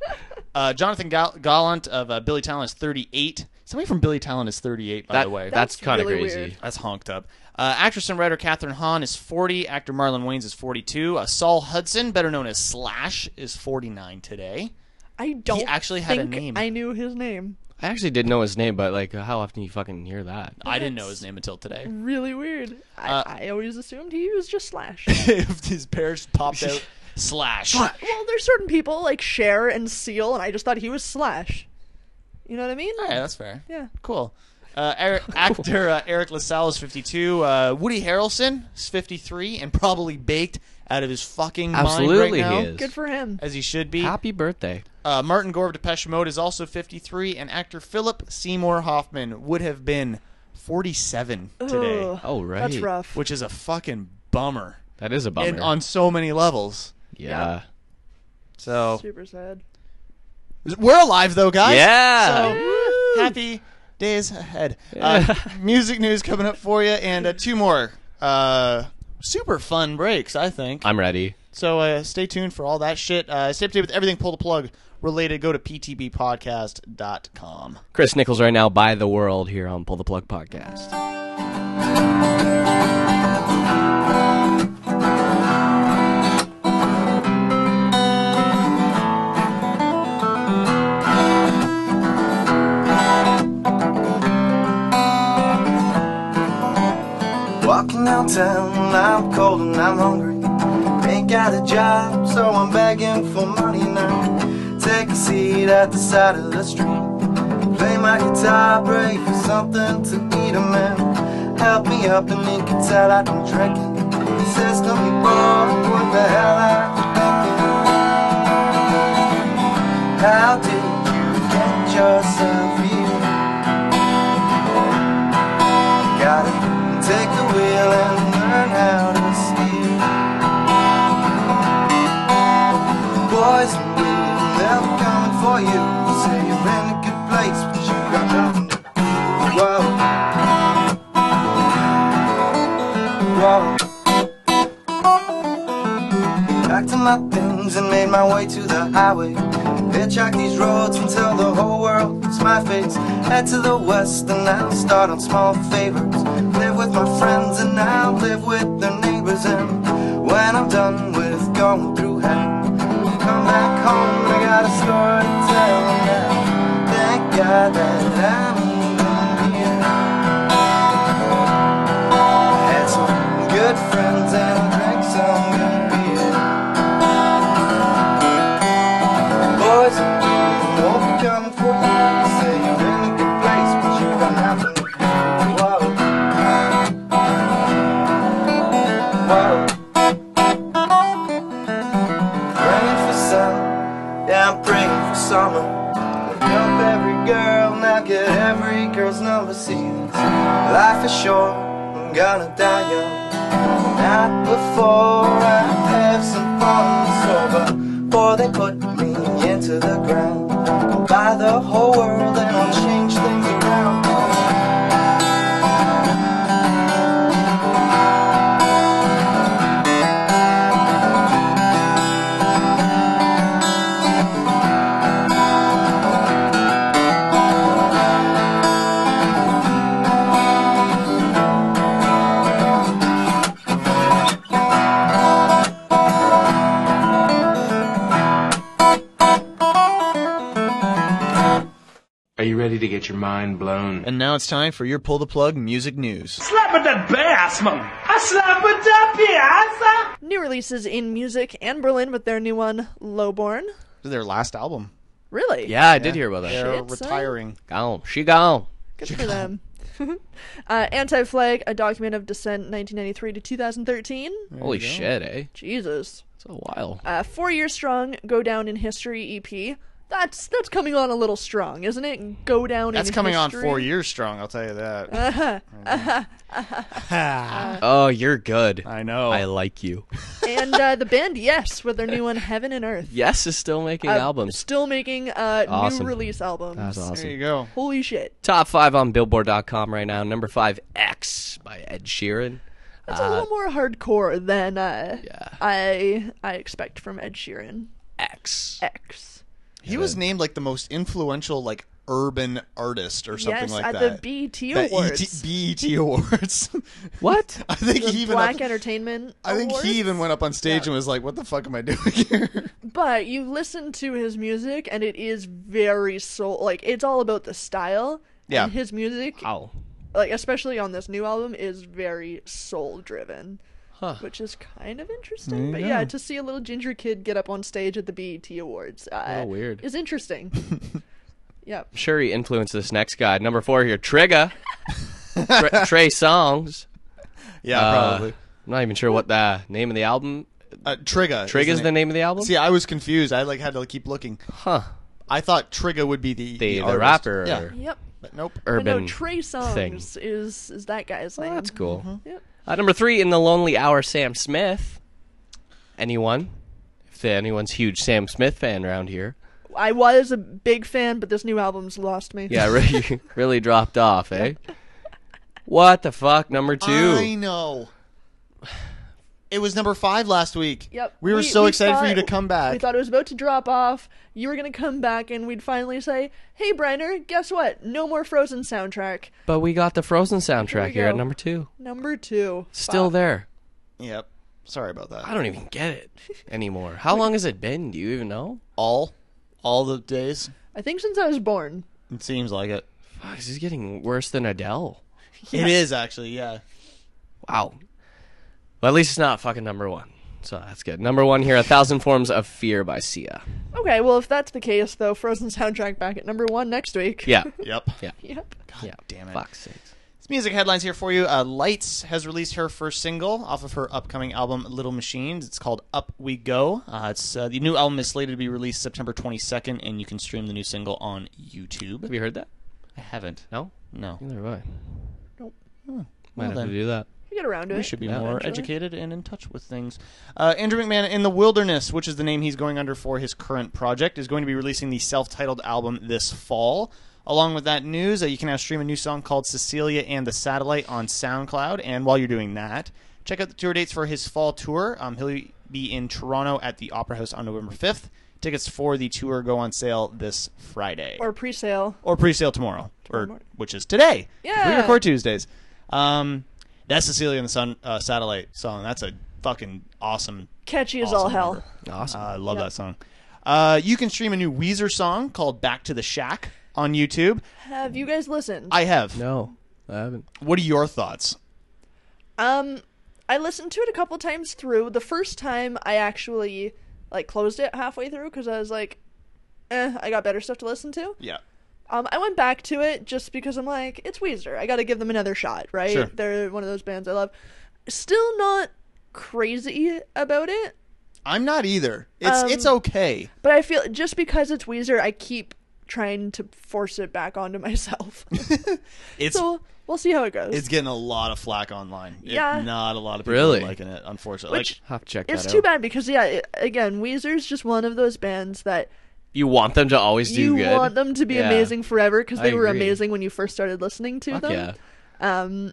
Uh, Jonathan Gal- Gallant of uh, Billy Talent is 38. Somebody from Billy Talent is 38, by That- the way. that's, That's kind of really crazy. weird. That's honked up. Uh, actress and writer Catherine Hahn is 40. Actor Marlon Wayans is 42. Uh, Saul Hudson, better known as Slash, is 49 today. I don't actually had a think name. I knew his name. I actually did know his name, but like, how often you fucking hear that? I didn't know his name until today. Really weird. I, Uh, I always assumed he was just Slash. if his parents popped out, Slash. well, there's certain people like Cher and Seal, and I just thought he was Slash. You know what I mean? Yeah, that's fair. Yeah. Cool. Uh, Eric, actor uh, Eric LaSalle is 52. Uh, Woody Harrelson is 53 and probably baked out of his fucking Absolutely, mind right he now, is. Good for him. As he should be. Happy birthday. Uh, Martin Gore of Depeche Mode is also 53, and actor Philip Seymour Hoffman would have been 47 today, Ugh, Oh right. That's rough. which is a fucking bummer, That is a bummer. And on so many levels. yeah. So Super sad. we're alive though, guys. Yeah. So happy days ahead. Uh, music news coming up for you, and uh, two more uh, super fun breaks, I think. I'm ready. So uh, stay tuned for all that shit. Uh, stay up to date with everything pull the plug related. Go to ptbpodcast.com. Chris Nichols right now by the world here on Pull the Plug podcast. Walking downtown, I'm cold and I'm hungry. Ain't got a job, so I'm begging for money now. Take a seat at the side of the street. Play my guitar, pray for something to eat, a man. Help me up and you can tell I've been drinking. The system be bored, what the hell I thinking? How did you get yourself here? Gotta take the wheel and learn how to steer. Boys and women, they're coming for you. Say you're in a good place, but you got nothing to do. Whoa. Whoa. Packed up my things and made my way to the highway. Hitchhike these roads until the whole world is my face. Head to the west and I'll start on small favors. Live with my friends and I'll live with their neighbors. And when I'm done with going through hell, come back home. I got a story to tell now. Thank God that I'm even here. I had some good friends and I drank some good beer. Boys, don't be coming for you. You say you're in a good place, but you got nothing. to do. Whoa. Whoa. Praying for sun, yeah, I'm praying for summer. Look up every girl, now get every girl's number. See, Life is short, I'm gonna die young. Not before I have some fun sober. Before they put me into the ground. I'll buy the whole world and I'll change things around. Are you ready to get your mind blown? And now it's time for your pull the plug music news. Slap at that bass, man. I New releases in music and Berlin with their new one, Lowborn. This is their last album. Really? Yeah, I did hear about that. They're Shit, son. retiring. Gone. She gone. Good for them. uh, Anti Flag, a document of dissent 1993 to 2013. Holy shit, eh? Jesus. It's a while. Uh, four year strong, go down in history EP. That's that's coming on a little strong, isn't it? Go down That's in coming history. Uh, Uh-huh, on four years strong. I'll tell you that. oh, you're good. Ah. I know. I like you. and uh, the band Yes with their new one Heaven and Earth. Yes is still making Uh, albums. Still making uh, Awesome. new release albums. That's there you awesome. go. Holy shit. Top five on Billboard.com right now. Number five, X by Ed Sheeran. Uh, That's Uh, a little more hardcore than uh, Yeah. I I expect from Ed Sheeran. X. X. He was named like the most influential like urban artist or something yes, like at that. E the BET That Awards. ET BET Awards. What? I think he the even Black up- Entertainment. I think Awards. he even went up on stage and was like, "What the fuck am I doing here?" But you listen to his music, and it is very soul. Like it's all about the style. Yeah. And his music, Wow. like especially on this new album, is very soul driven. Huh. Which is kind of interesting, but yeah, to see a little ginger kid get up on stage at the BET Awards, uh, little weird. is interesting. yep. I'm sure he influenced this next guy. Number four here, Trigger. Tre- Trey Songs. yeah, Uh, probably. I'm not even sure what the name of the album. Uh, Trigger. Trigger's isn't the it? name of the album. See, I was confused. I like had to keep looking. Huh? I thought Trigger would be the The, the artist. rapper. Yeah, Yep. but nope. But Urban. no, Trey Songs thing. is is that guy's name. That's cool. Yep. Uh, number three in the Lonely Hour, Sam Smith. Anyone? If there- anyone's huge Sam Smith fan around here, I was a big fan, but this new album's lost me. yeah, really, really dropped off, eh? What the fuck? Number two. I know. It was number five last week. Yep. We were so excited for thought- you to come We back. thought it was about to drop off. You were going to come back, and we'd finally say, hey, Briner, guess what? No more Frozen soundtrack. But we got the Frozen soundtrack we here at go. number two. Number two. Still there. yep. Sorry about that. I don't even get it anymore. How long has it been? Do you even know? all, all the days. I think since I was born. It seems like it. Fuck, this is getting worse than Adele. It is actually, yeah. Wow. Well, at least it's not fucking number one. So that's good. Number one here, A Thousand Forms of Fear by Sia. Okay, well, if that's the case, though, Frozen soundtrack back at number one next week. Yeah. Yep. Yeah. Yep. yeah. damn it. Fuck's sakes. It's music headlines here for you. Uh, Lights has released her first single off of her upcoming album Little Machines. It's called Up We Go. Uh, it's uh, the new album is slated to be released September 22nd, and you can stream the new single on YouTube. Have you heard that? I haven't. No? No. Neither have I. Nope. Might have then. to do that. We get around to it. We should be Yeah. more Eventually. educated and in touch with things. Uh, Andrew McMahon in the Wilderness, which is the name he's going under for his current project, is going to be releasing the self-titled album this fall. Along with that news, uh, you can now stream a new song called "Cecilia and the Satellite" on SoundCloud. And while you're doing that, check out the tour dates for his fall tour. Um, he'll be in Toronto at the Opera House on November 5th. Tickets for the tour go on sale this Friday Or pre sale. or pre-sale tomorrow, or morning. which is today. 'cause we Yeah. record Tuesdays. Um, that's Cecilia and the Sun uh, Satellite song. That's a fucking awesome. Catchy as awesome all hell. number. Awesome. Uh, I love that song. Uh, you can stream a new Weezer song called "Back to the Shack" on YouTube. Have you guys listened? I have. no, I haven't. What are your thoughts? Um, I listened to it a couple times through. The first time I actually like closed it halfway through because I was like, "Eh, I got better stuff to listen to." Yeah. Um, I went back to it just because I'm like, it's Weezer. I got to give them another shot, right? Sure. They're one of those bands I love. Still not crazy about it, I'm not either. It's Um, it's okay. but I feel just because it's Weezer, I keep trying to force it back onto myself. It's so we'll see how it goes. it's getting a lot of flack online. It- Yeah. not a lot of people Really? are liking it, unfortunately. Which Have to check it's that too out. bad because yeah, it, again, Weezer's just one of those bands that You want them to always do you good. want them to be Yeah. amazing forever because they I were agree. amazing when you first started listening to Fuck them. yeah. Um,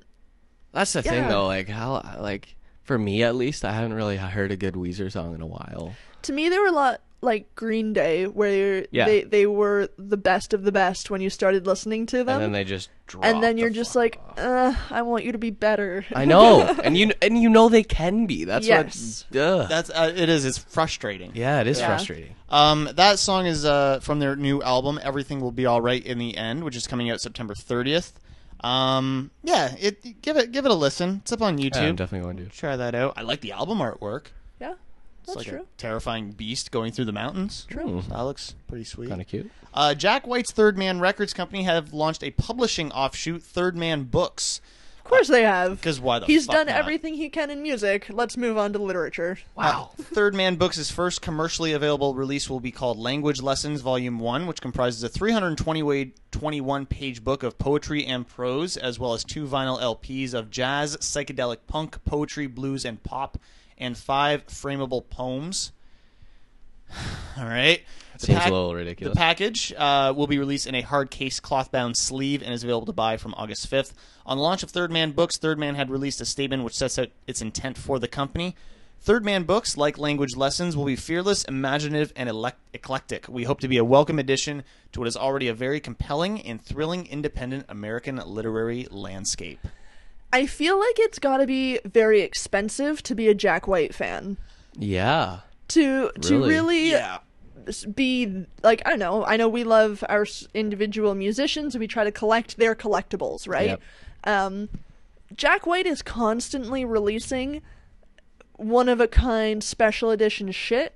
That's the thing Yeah. though. Like how like for me at least, I haven't really heard a good Weezer song in a while. to me, they were a lot like Green Day, where Yeah. they they were the best of the best when you started listening to them, and then they just drop And then the you're just fuck like, off. uh, I want you to be better. I know, and you and you know they can be. That's Yes. what. Ugh. that's uh, it is. It's frustrating. yeah, it is Yeah. frustrating. Um, that song is uh, from their new album, Everything Will Be Alright in the End, which is coming out September 30th. Um, yeah, it give it give it a listen. It's up on YouTube. Yeah, I'm definitely going to. Try that out. I like the album artwork. Yeah, It's that's like true. a terrifying beast going through the mountains. True. That looks pretty sweet. Kind of Hmm. cute. Uh, Jack White's Third Man Records company have launched a publishing offshoot, Third Man Books. Of course they have. 'Cause why the He's fuck done not? everything he can in music. Let's move on to literature. Wow. Third Man Books' first commercially available release will be called Language Lessons Volume 1, which comprises a 321 page book of poetry and prose, as well as two vinyl LPs of jazz, psychedelic punk, poetry, blues, and pop, and five frameable poems. All right. The Seems a little ridiculous. The package uh, will be released in a hard case cloth bound sleeve and is available to buy from August 5th. On the launch of Third Man Books, Third Man had released a statement which sets out its intent for the company. Third Man Books, like Language Lessons, will be fearless, imaginative, and elec- eclectic. We hope to be a welcome addition to what is already a very compelling and thrilling independent American literary landscape. I feel like it's got to be very expensive to be a Jack White fan. Yeah. To to Really? really s- be like I don't know. I know we love our s- individual musicians. We try to collect their collectibles, right? Yep. Um, Jack White is constantly releasing one of a kind special edition shit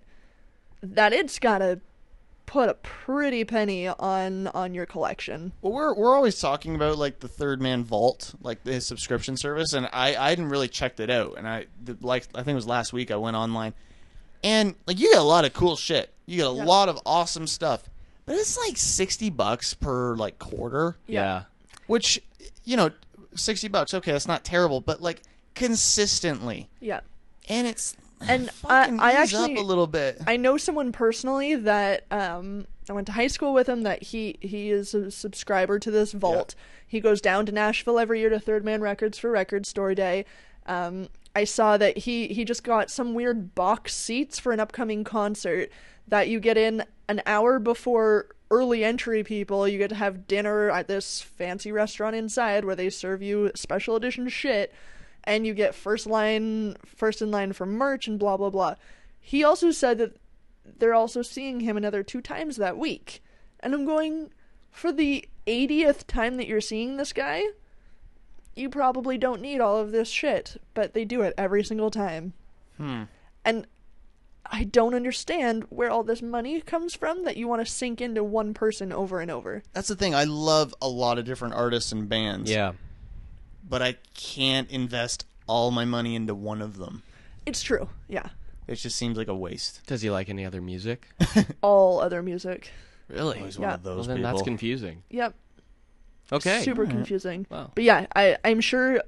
that it's gotta put a pretty penny on on your collection. Well, we're we're always talking about like the Third Man Vault, like his subscription service, and I I hadn't really checked it out, and I the, like I think it was last week I went online, and like you get a lot of cool shit, you get a lot of awesome stuff, but it's like sixty bucks per like quarter, Yeah. which you know, sixty bucks, okay, that's not terrible, but like consistently, Yeah. and it's And I, fucking I ease actually up a little bit. I know someone personally that um, I went to high school with him. That he he is a subscriber to this vault. He goes down to Nashville every year to Third Man Records for Record Store Day. Um, I saw that he he just got some weird box seats for an upcoming concert that you get in an hour before early entry people. You get to have dinner at this fancy restaurant inside where they serve you special edition shit and you get first line first in line for merch and blah blah blah. He also said that they're also seeing him another two times that week. And I'm going for the 80th time that you're seeing this guy, you probably don't need all of this shit, but they do it every single time. Hmm. And I don't understand where all this money comes from that you want to sink into one person over and over. That's the thing. I love a lot of different artists and bands, Yeah. but I can't invest all my money into one of them. It's true. Yeah. It just seems like a waste. Does he like any other music? All other music. Really? He's Yeah. one of Well, those then people. that's confusing. Yep. Okay. super confusing. Wow. But yeah, I I'm sure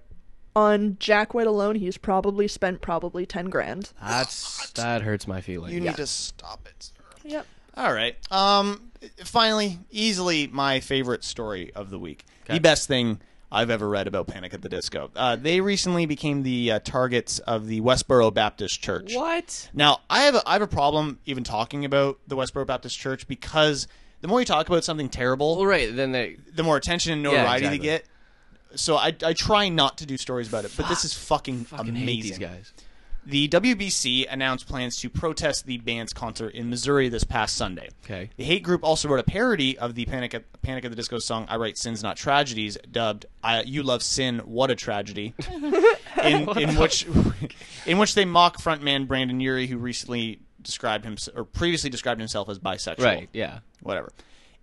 on Jack White alone, he's probably spent probably ten grand. That's that hurts my feelings. you need to stop it. sir. Yep. All right. Um. Finally, easily my favorite story of the week. The best thing I've ever read about Panic at the Disco. Uh, they recently became the uh, targets of the Westboro Baptist Church. What? Now, I have a, I have a problem even talking about the Westboro Baptist Church because the more you talk about something terrible, Well, right then they. the more attention and notoriety exactly. they get. So I, I try not to do stories about it, but this is fucking, Fucking amazing. hate these guys. The WBC announced plans to protest the band's concert in Missouri this past Sunday. Okay. The hate group also wrote a parody of the Panic at, Panic at the Disco song "I Write Sins Not Tragedies," dubbed I, "You Love Sin, What a Tragedy," in, in which in which they mock frontman Brandon Urie, who recently described him or previously described himself as bisexual Right. Yeah. whatever.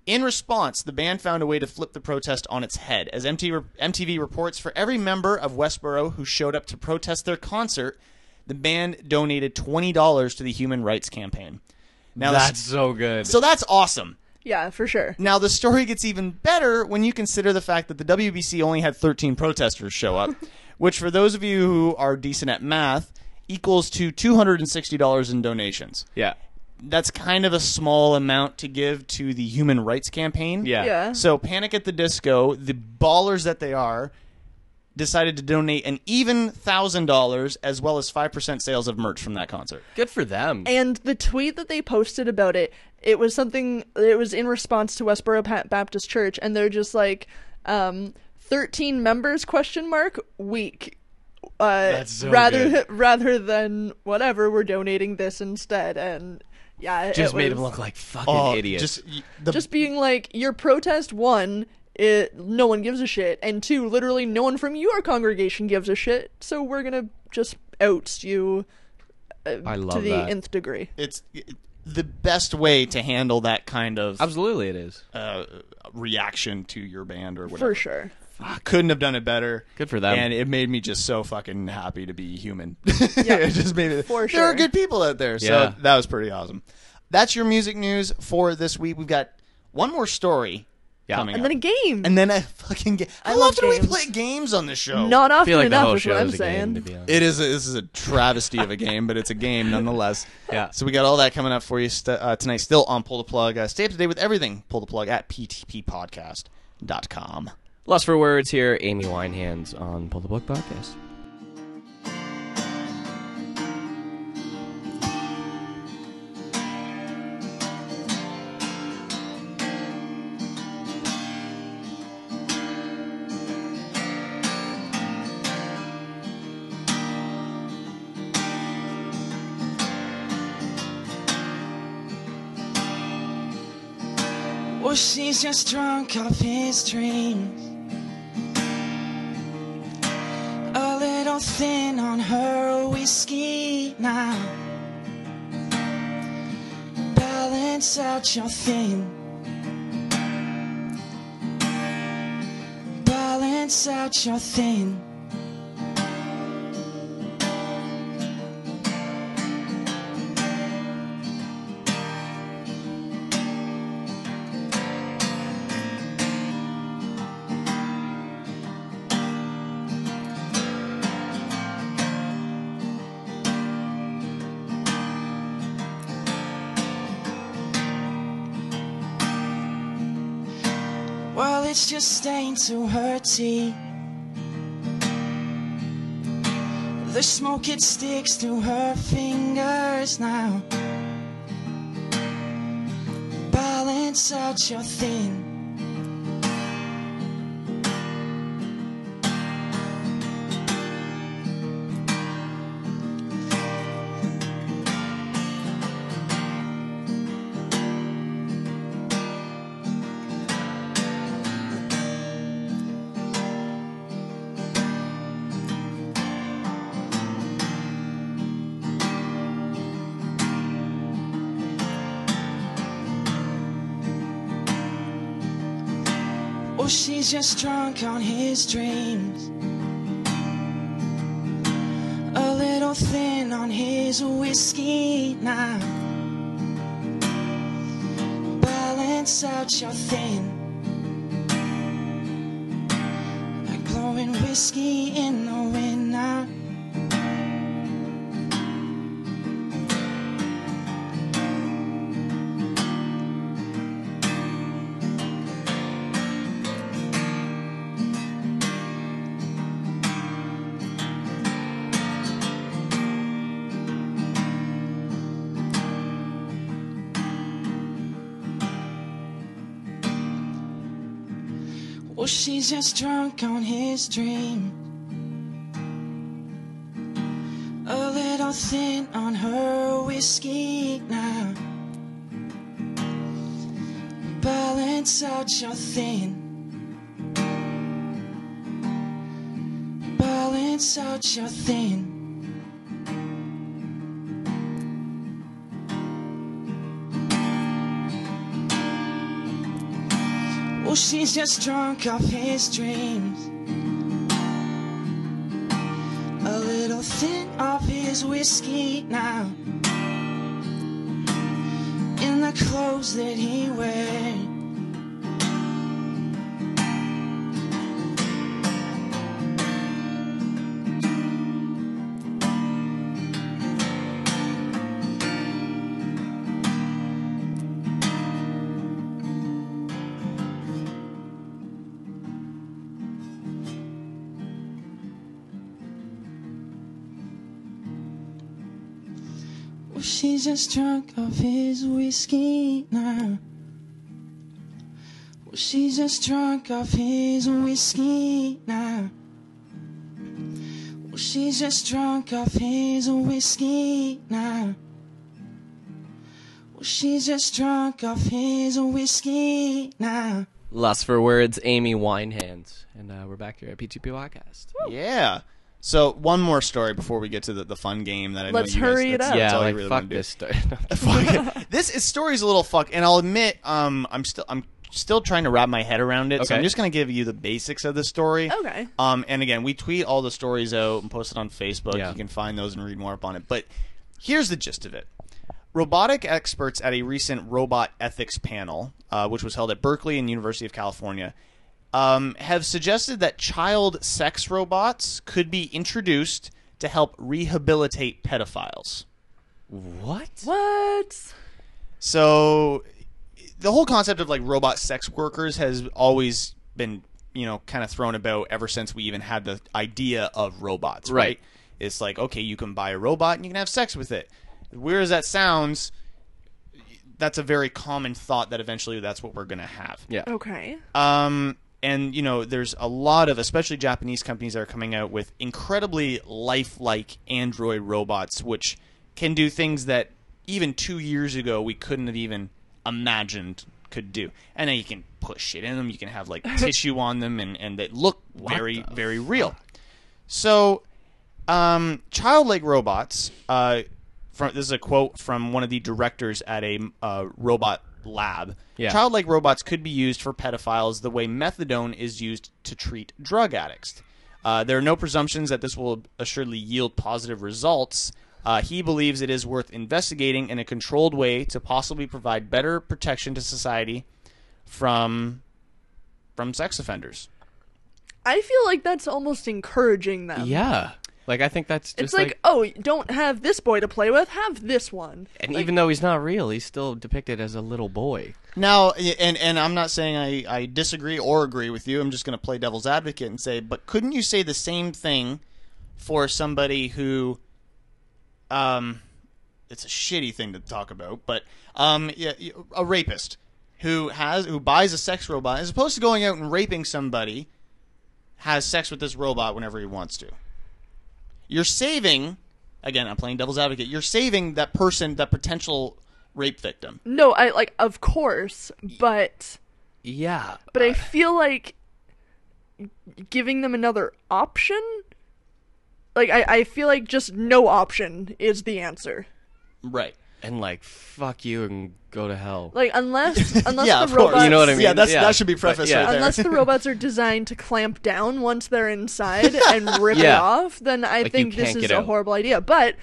In response, the band found a way to flip the protest on its head. As MT re- MTV reports, for every member of Westboro who showed up to protest their concert, the band donated $20 to the Human Rights Campaign. Now the- That's so good. so that's awesome. Yeah, for sure. Now the story gets even better when you consider the fact that the WBC only had 13 protesters show up, which for those of you who are decent at math equals to $260 in donations yeah. that's kind of a small amount to give to the human rights campaign. Yeah. Yeah. So Panic at the Disco, the ballers that they are, decided to donate an even thousand dollars as well as five percent sales of merch from that concert. Good for them. And the tweet that they posted about it, it was something. It was in response to Westboro Pa- Baptist Church, and they're just like, um, thirteen members question mark week. Uh, That's so rather good. rather than whatever, we're donating this instead, and yeah, it just made was- Oh, him look like fucking idiots. Just the just being like your protest won it, no one gives a shit, and two, literally no one from your congregation gives a shit. So we're gonna just out you uh, I to love the that. nth degree. It's it- the best way to handle that kind of Absolutely, it is. uh, reaction to your band or whatever. For sure. I couldn't have done it better. Good for them. And it made me just so fucking happy to be human. it just made it. For there sure. are good people out there, so Yeah. that was pretty awesome. That's your music news for this week. We've got one more story Yeah. coming, And up. then a game. and then a fucking game. I I, love love that we games. play games on the show. Not I often feel like the enough whole is show what I'm is a saying. game, to be honest. It is. A, this is a travesty of a game, but it's a game nonetheless. Yeah. So we got all that coming up for you st- uh, tonight. Still on pull the plug. Uh, stay up to date with everything. Pull the plug at ptppodcast.com. Lust for words here. Amy Winehands on Pull the Book podcast. Well, she's just drunk off his dreams. A little thin on her whiskey now. Balance out your thing. Balance out your thing. Well, it's just stained to her tea. The smoke it sticks to her fingers now. Balance out your thing. Or Oh, she's just drunk on his dreams. A little thin on his whiskey now. Balance out your thing. Like blowing whiskey in the wind now. Well, she's just drunk on his dream. A little thin on her whiskey now. Balance out your thing. Balance out your thing. Well, Oh, she's just drunk off his dreams. A little thin off his whiskey now. In the clothes that he wears. Well, she's just drunk off his whiskey now. Well, she's just drunk off his whiskey now. Well, she's just drunk off his whiskey now. Well, she's just drunk off his whiskey now. Lust for Words, Amy Winehands. And uh, we're back here at PTP Podcast. Yeah. So one more story before we get to the, the fun game that I Let's know you guys- hurry it that's- up. that's yeah, all I like, really fuck wanna do. this story. Fuck it. This is story's a little fuck, and I'll admit, um, I'm still I'm still trying to wrap my head around it. So I'm Okay. just gonna give you the basics of the story. Okay. Um, and again, we tweet all the stories out and post it on Facebook. Yeah. You can find those and read more up on it. But here's the gist of it. Robotic experts at a recent robot ethics panel, uh, which was held at Berkeley and University of California, um, have suggested that child sex robots could be introduced to help rehabilitate pedophiles. what? What? So the whole concept of like robot sex workers has always been, you know, kind of thrown about ever since we even had the idea of robots, right? Right. It's like, okay, you can buy a robot and you can have sex with it. Weird as that sounds, that's a very common thought that eventually that's what we're going to have. Yeah. Okay. Um, and you know, there's a lot of, especially Japanese companies, that are coming out with incredibly lifelike android robots, which can do things that even two years ago we couldn't have even imagined could do. And then you can put shit in them. You can have like tissue on them, and and they look very very real. So, um, childlike robots. Uh, from this is a quote from one of the directors at a uh, robot lab. Yeah. Childlike robots could be used for pedophiles the way methadone is used to treat drug addicts. Uh, there are no presumptions that this will assuredly yield positive results. Uh, he believes it is worth investigating in a controlled way to possibly provide better protection to society from from sex offenders. I feel like that's almost encouraging them. Yeah. Like, I think that's just It's like, oh, don't have this boy to play with. Have this one. and even though he's not real, he's still depicted as a little boy. Now, and and I'm not saying I, I disagree or agree with you. I'm just going to play devil's advocate and say, but couldn't you say the same thing for somebody who, um, it's a shitty thing to talk about, but um, yeah, a rapist who has who buys a sex robot as opposed to going out and raping somebody, has sex with this robot whenever he wants to. You're saving, again, I'm playing devil's advocate. You're saving that person, that potential rape victim. No, I like, of course, but Yeah. but I feel like giving them another option. Like I, I feel like just no option is the answer. Right. And, like, fuck you and go to hell. Like unless unless Yeah, of the course. robots you know what I mean? Yeah, that's- that should be But, prefaced yeah. right there. unless the robots are designed to clamp down once they're inside and rip it Yeah. off, then I you think can't this is get a out. horrible idea. But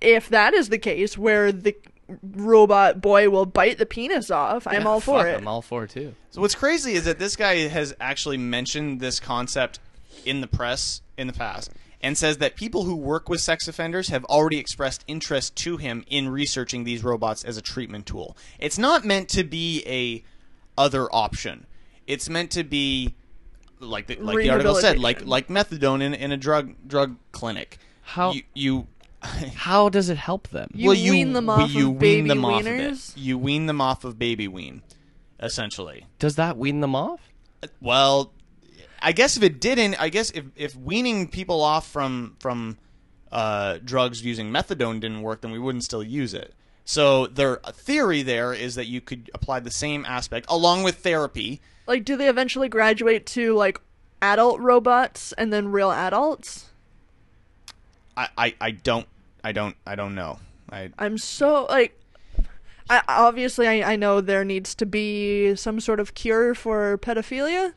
if that is the case, where the robot boy will bite the penis off, I'm all for Fuck, it. I'm all for it, too. So what's crazy is that this guy has actually mentioned this concept in the press in the past and says that people who work with sex offenders have already expressed interest to him in researching these robots as a treatment tool. It's not meant to be a other option. It's meant to be like the, like the article said, like Rehabilitation. like methadone in, in a drug drug clinic. How- you, you How does it help them? You wean them off you of wean baby them off of it. wieners. You wean them off of baby wean, essentially. Does that wean them off? Well, I guess if it didn't, I guess if, if weaning people off from from uh, drugs using methadone didn't work, then we wouldn't still use it. So their theory there is that you could apply the same aspect along with therapy. Like, do they eventually graduate to like adult robots and then real adults? I, I, I don't I don't I don't know. I I'm so like. I, obviously, I, I know there needs to be some sort of cure for pedophilia.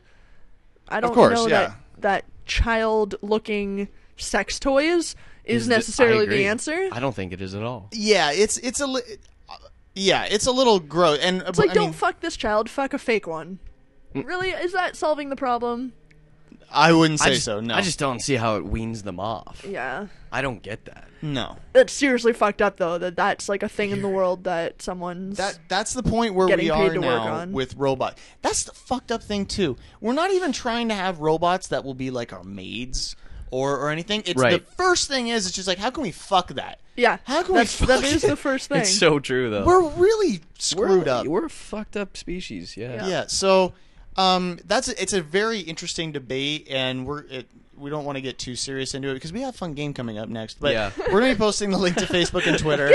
I don't course, know yeah. that that child-looking sex toys is Is it- I necessarily the agree. answer. I don't think it is at all. yeah, it's it's a li- yeah, it's a little gross. And It's like, don't fuck this child, fuck a fake one. Mm. Really, is that solving the problem? I wouldn't say I just, so. No, I just don't see how it weans them off. Yeah, I don't get that. no. that's seriously fucked up though. That that's like a thing in the world that someone's. That that's the point where Getting we paid are to work now on. with robot. That's the fucked up thing too. We're not even trying to have robots that will be like our maids or or anything. It's Right. the first thing is it's just like how can we fuck that? yeah, How can we that's, that fuck is it? the first thing. It's so true though. We're really screwed up. We're a fucked up species. Yeah. yeah. So um, that's it's a very interesting debate, and we're it, we don't want to get too serious into it because we have a fun game coming up next. But Yeah. we're gonna be posting the link to Facebook and Twitter.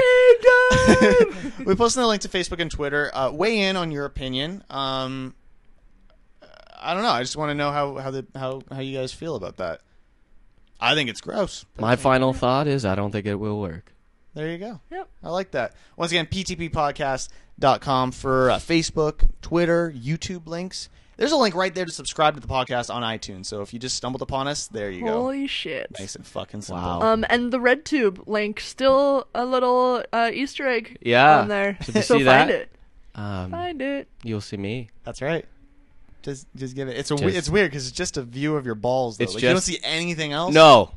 we're posting the link to Facebook and Twitter. Uh, weigh in on your opinion. Um, I don't know. I just want to know how how the how how you guys feel about that. I think it's gross. My final thought is I don't think it will work. There you go. Yep. I like that. Once again, ptppodcast.com for uh, Facebook, Twitter, YouTube links. There's a link right there to subscribe to the podcast on iTunes. So if you just stumbled upon us, there you go. Holy shit. Nice and fucking simple. Um, and the red tube link still a little uh, Easter egg. Yeah. on there. Did you so see that? find it. Um, Find it. you'll see me. That's right. Just just give it. It's a we- Just- it's weird because it's just a view of your balls. Though. It's like, you don't just- see anything else. No,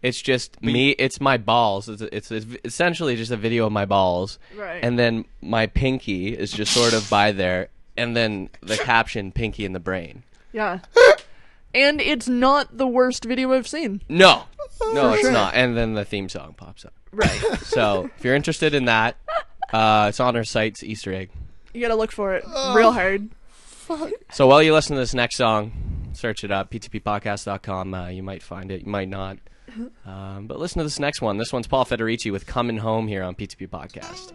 it's just me. It's my balls. It's, it's it's essentially just a video of my balls. Right. And then my pinky is just sort of by there, and then the caption "Pinky in the brain." Yeah. and it's not the worst video I've seen. No, no, it's not. And then the theme song pops up. Right. So if you're interested in that, uh, it's on our site's Easter egg. you gotta look for it real hard. So while you listen to this next song, search it up, ptppodcast.com. Uh, you might find it, you might not. Um, but listen to this next one. This one's Paul Federici with Coming Home here on PTP Podcast.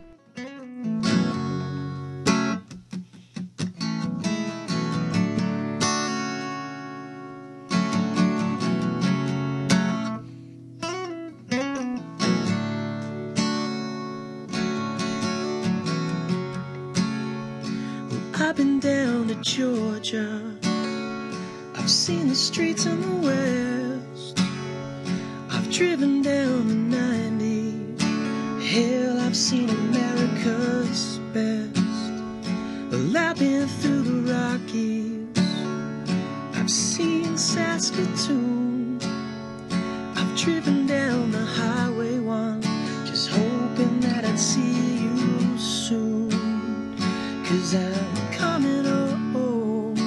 I've been down to Georgia. I've seen the streets in the West. I've driven down the 90. Hell, I've seen America's best. Well, I've been through the Rockies. I've seen Saskatoon. I've driven down the Highway 1. Just hoping that I'd see you soon. Cause I'm coming home.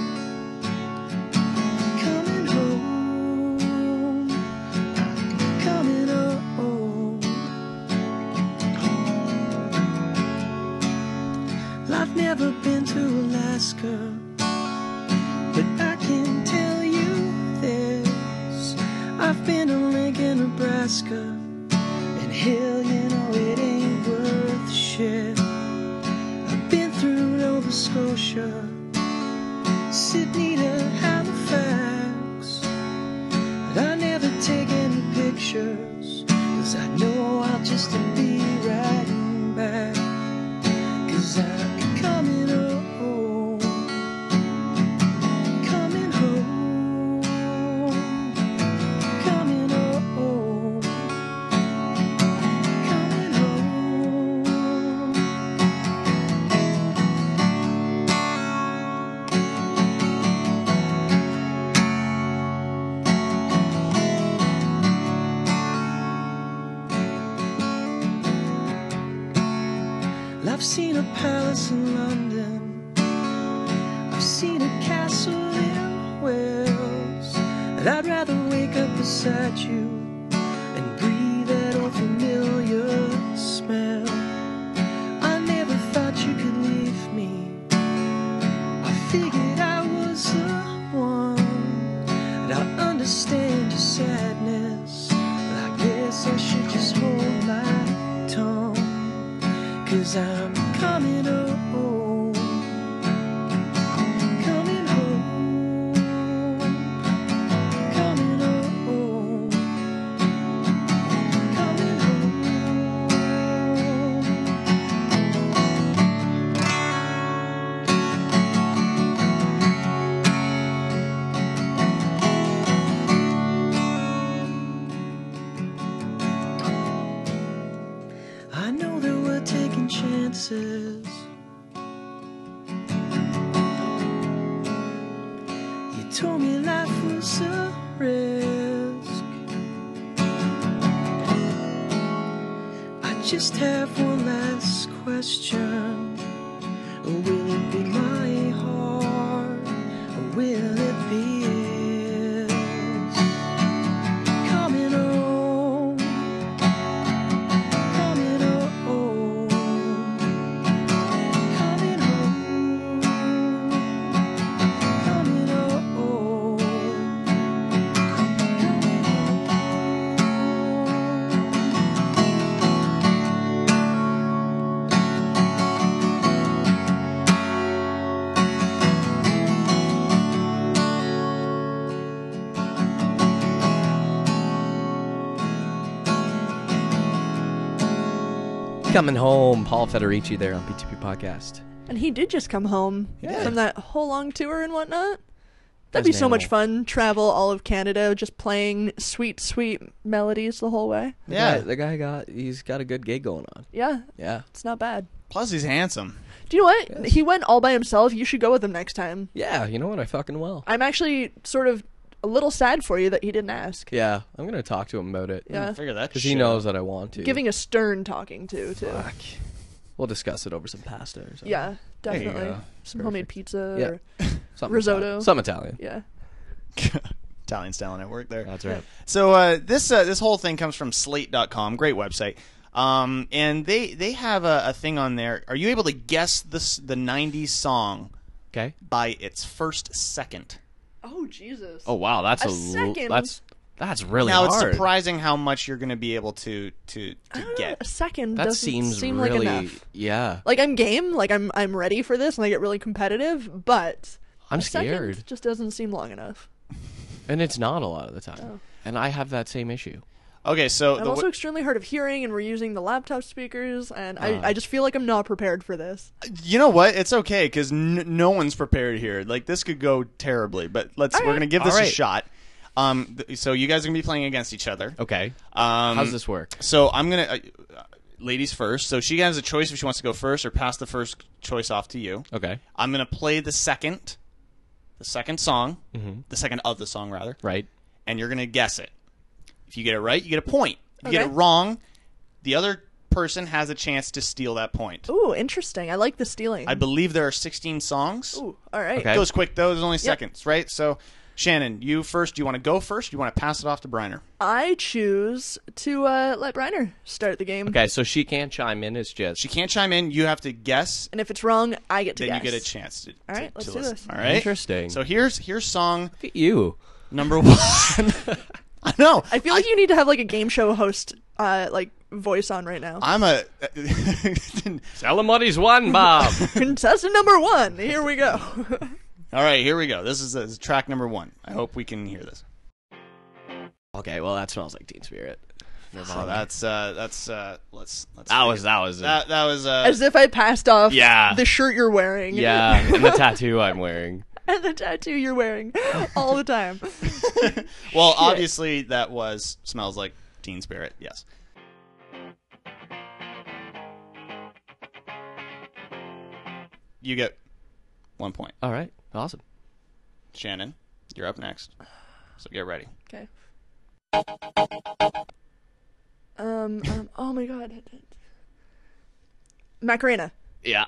Coming home. Coming home. Well, I've never been to Alaska. But I can tell you this I've been to Lincoln, Nebraska. And hell, you know it ain't worth shit. I've been through Nova Scotia, Sydney to Halifax, but I never take any pictures, cause I know I'll just be riding back, cause I'm coming home. Coming home. Coming home. Coming home. Well, I've seen a palace in London. I've seen a castle in Wales. But I'd rather wake up beside you and breathe that old familiar smell. I never thought you could leave me. I figured I was the one. And I understand your sadness. But I guess I should just hold my tongue. Cause I'm coming home. Coming home. Coming home. Coming home. I know that we're taking chances. You told me life was a risk. I just have one last question. Will it be my heart or will it be his? Coming home. Coming home, coming home, coming home, coming home. coming home. Paul Federici there on PTP Podcast. And he did just come home Yeah. from that whole long tour and whatnot. As That'd be an so much animal. fun. Travel all of Canada, just playing sweet, sweet melodies the whole way. The guy- the guy got he's got a good gig going on. Yeah, Yeah. it's not bad. Plus, he's handsome. Do you know what? He went all by himself. You should go with him next time. Yeah, you know what? I fucking will. I'm actually sort of a little sad for you that he didn't ask. Yeah, I'm gonna talk to him about it. Yeah. Figure that because he shit knows that I want to. Giving a stern talking to, too. We'll discuss it over some pasta or something. Yeah, There you definitely. go. Some homemade pizza Yeah. or Something Uh, risotto. Italian- something Italian. Yeah. Italian style network there. That's right. So uh, this uh, this whole thing comes from Slate.com, great website, um, and they they have a, a thing on there. Are you able to guess the s- the '90s song? Okay. By its first second. Oh, Jesus. Oh wow, that's A a, l- second. that's that's really now hard. it's surprising how much you're going to be able to to to get. A second That doesn't seems seem really like enough. yeah. Like I'm game, like I'm I'm ready for this, and I get really competitive, but I'm a second scared. just doesn't seem long enough. And it's not a lot of the time. And I have that same issue. Okay, Oh. so I'm Oh, the also extremely hard of hearing, and we're using the laptop speakers, and Ah. Uh. I, I just feel like I'm not prepared for this. You know what? It's okay because n- no one's prepared here. Like this could go terribly, but let's we're gonna give this All a right. shot. Um, th- so you guys are gonna be playing against each other. Okay. Um, How's this work? So I'm gonna uh, uh, ladies first. So she has a choice if she wants to go first or pass the first choice off to you. Okay. I'm gonna play the second, the second song, Mhm. the second of the song rather. Right. And you're gonna guess it. If you get it right, you get a point. If you get Okay. it wrong, the other person has a chance to steal that point. Ooh, interesting. I like the stealing. I believe there are 16 songs. Ooh, all right. It goes quick though. There's only Yep. seconds, right? So, Shannon, you first. Do you want to go first? Do you want to pass it off to Briner? I choose to uh, let Reiner start the game, Okay, so she can't chime in. It's just she can't chime in. You have to guess. and if it's wrong, I get to Then guess. you get a chance to. All right, to let's do listen. this. All right. Interesting. So here's here's song Look at you. number one. I know. I feel like you need to have like a game show host, uh, like voice on right now. I'm a tell him what he's won, Bob. Contestant number one. Here we go. All right, here we go. This is, this is track number one. I hope we can hear this. okay, well that smells like Teen Spirit. So that's uh that's uh let's let's. That was that was a- That that was uh. As if I passed off Yeah. the shirt you're wearing. yeah, and the tattoo I'm wearing. and the tattoo you're wearing all the time. Well, Shit. obviously that was smells like Teen Spirit. Yes. You get one point, All right, awesome. Shannon. You're up next, so get ready. Okay. Um, um oh my god. Macarena. Yeah.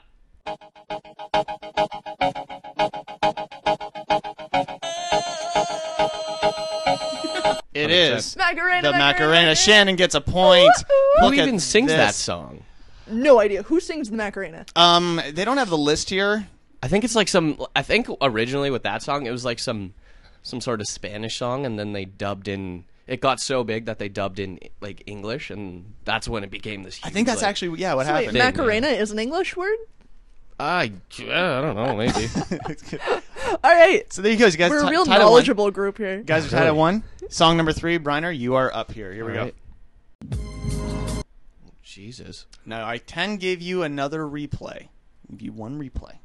It 100%. is Macarena, The Macarena. Macarena. Shannon gets a point. Who Look at even sings this. that song? No idea. Who sings the Macarena? Um, they don't have the list here. I think it's like some. I think originally with that song, it was like some, some sort of Spanish song, and then they dubbed in. It got so big that they dubbed in like English, and that's when it became this. Huge, I think that's like- actually yeah. What So wait, happened? Macarena is an English word? I yeah, I don't know, maybe. All right. So there you go. You guys, We're a ti- real tied at one. knowledgeable group here. You guys are tied at one. Song number three, Briner. You are up here. Here we go. Alright. Jesus. Now I can give you another replay. Give you one replay.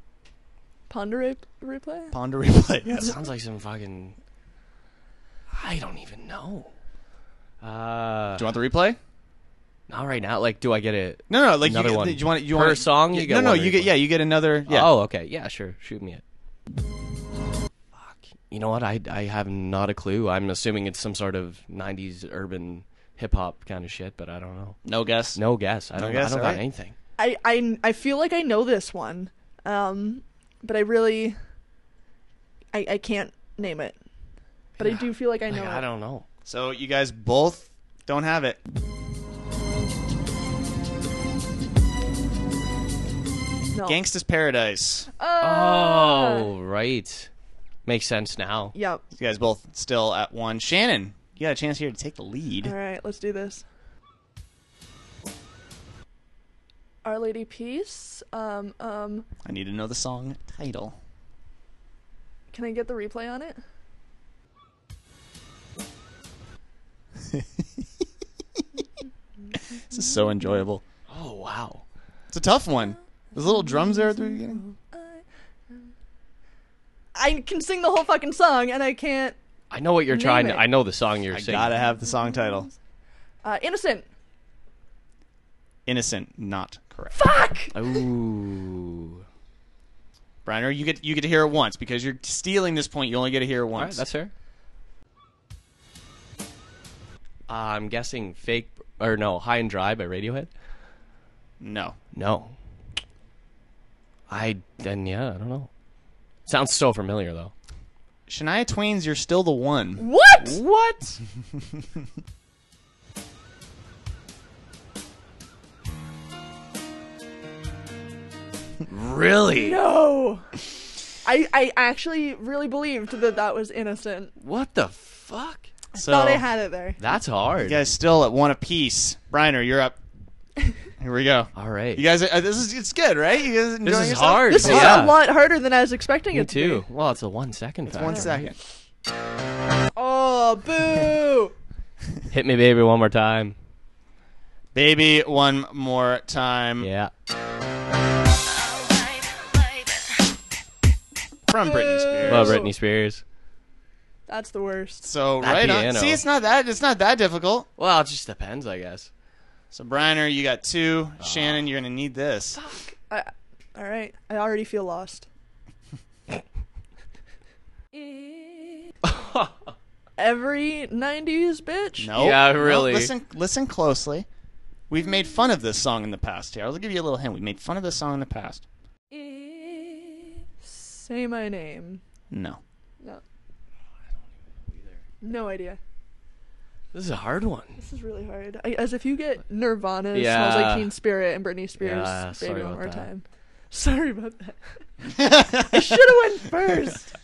Ponder re- replay? Ponder replay. That Yes. sounds like some fucking. I don't even know. Uh, Do you want the replay? not right now. Like, do I get it? No, no. Like another you, one. You want? You Per want song? Yeah, You get no, no. one You get replay. yeah. You get another. Yeah. Oh, okay. Yeah, sure. Shoot me it. Fuck. You know what? I I have not a clue. I'm assuming it's some sort of '90s urban hip hop kind of shit, but I don't know. No guess. No guess. I No don't. guess, I don't alright. got anything. I, I, I feel like I know this one, um, but I really, I, I can't name it. But I do feel like I know Like, it. I don't know. So you guys both don't have it. No. Gangsta's Paradise. Oh, right. Makes sense now. Yep. You guys both still at one. Shannon, you got a chance here to take the lead. All right, let's do this. Our Lady Peace. Um, um, I need to know the song title. can I get the replay on it? This is so enjoyable. Oh wow. It's a tough one. There's little drums there at the beginning. I can sing the whole fucking song, and I can't. I know what you're Name trying. it. I know the song you're singing. Gotta have the song title. Uh, innocent. Innocent, not correct. Fuck. Ooh. Briner, you get you get to hear it once because you're stealing this point. You only get to hear it once. All right, that's fair. Uh, I'm guessing fake or no, High and Dry by Radiohead. No. No. I then yeah, I don't know. Sounds so familiar though. Shania Twain's "You're Still the One." What? What? Really? No. I I actually really believed that that was innocent. What the fuck? So Thought I had it there. That's hard. you guys still at one apiece. Briner, you're up. Here we go. All right. You guys, are, uh, this is it's good, right? You guys enjoying this is yourself? hard. This is yeah. a lot harder than I was expecting Me it to too. Well, it's a one second. It's One second. be. Oh, boo! Hit me, baby, one more time. Baby, one more time Yeah. from Britney Spears. Well, Britney Spears. That's the worst. So That right on. piano. See, it's not that it's not that difficult. Well, it just depends, I guess. Ah. So Briner, you got two. Shannon, you're gonna need this. I, all right, I already feel lost. Every '90s bitch. No. Yeah, No, really. listen, listen closely. We've made fun of this song in the past. Here, I'll give you a little hint. We made fun of this song in the past. Say my name. No. No. No idea. This is a hard one. This is really hard. I, as if you get Nirvana, smells Yeah. like Teen Spirit, and Britney Spears, Yeah, sorry baby, one about more that. time. Sorry about that. I should have went first.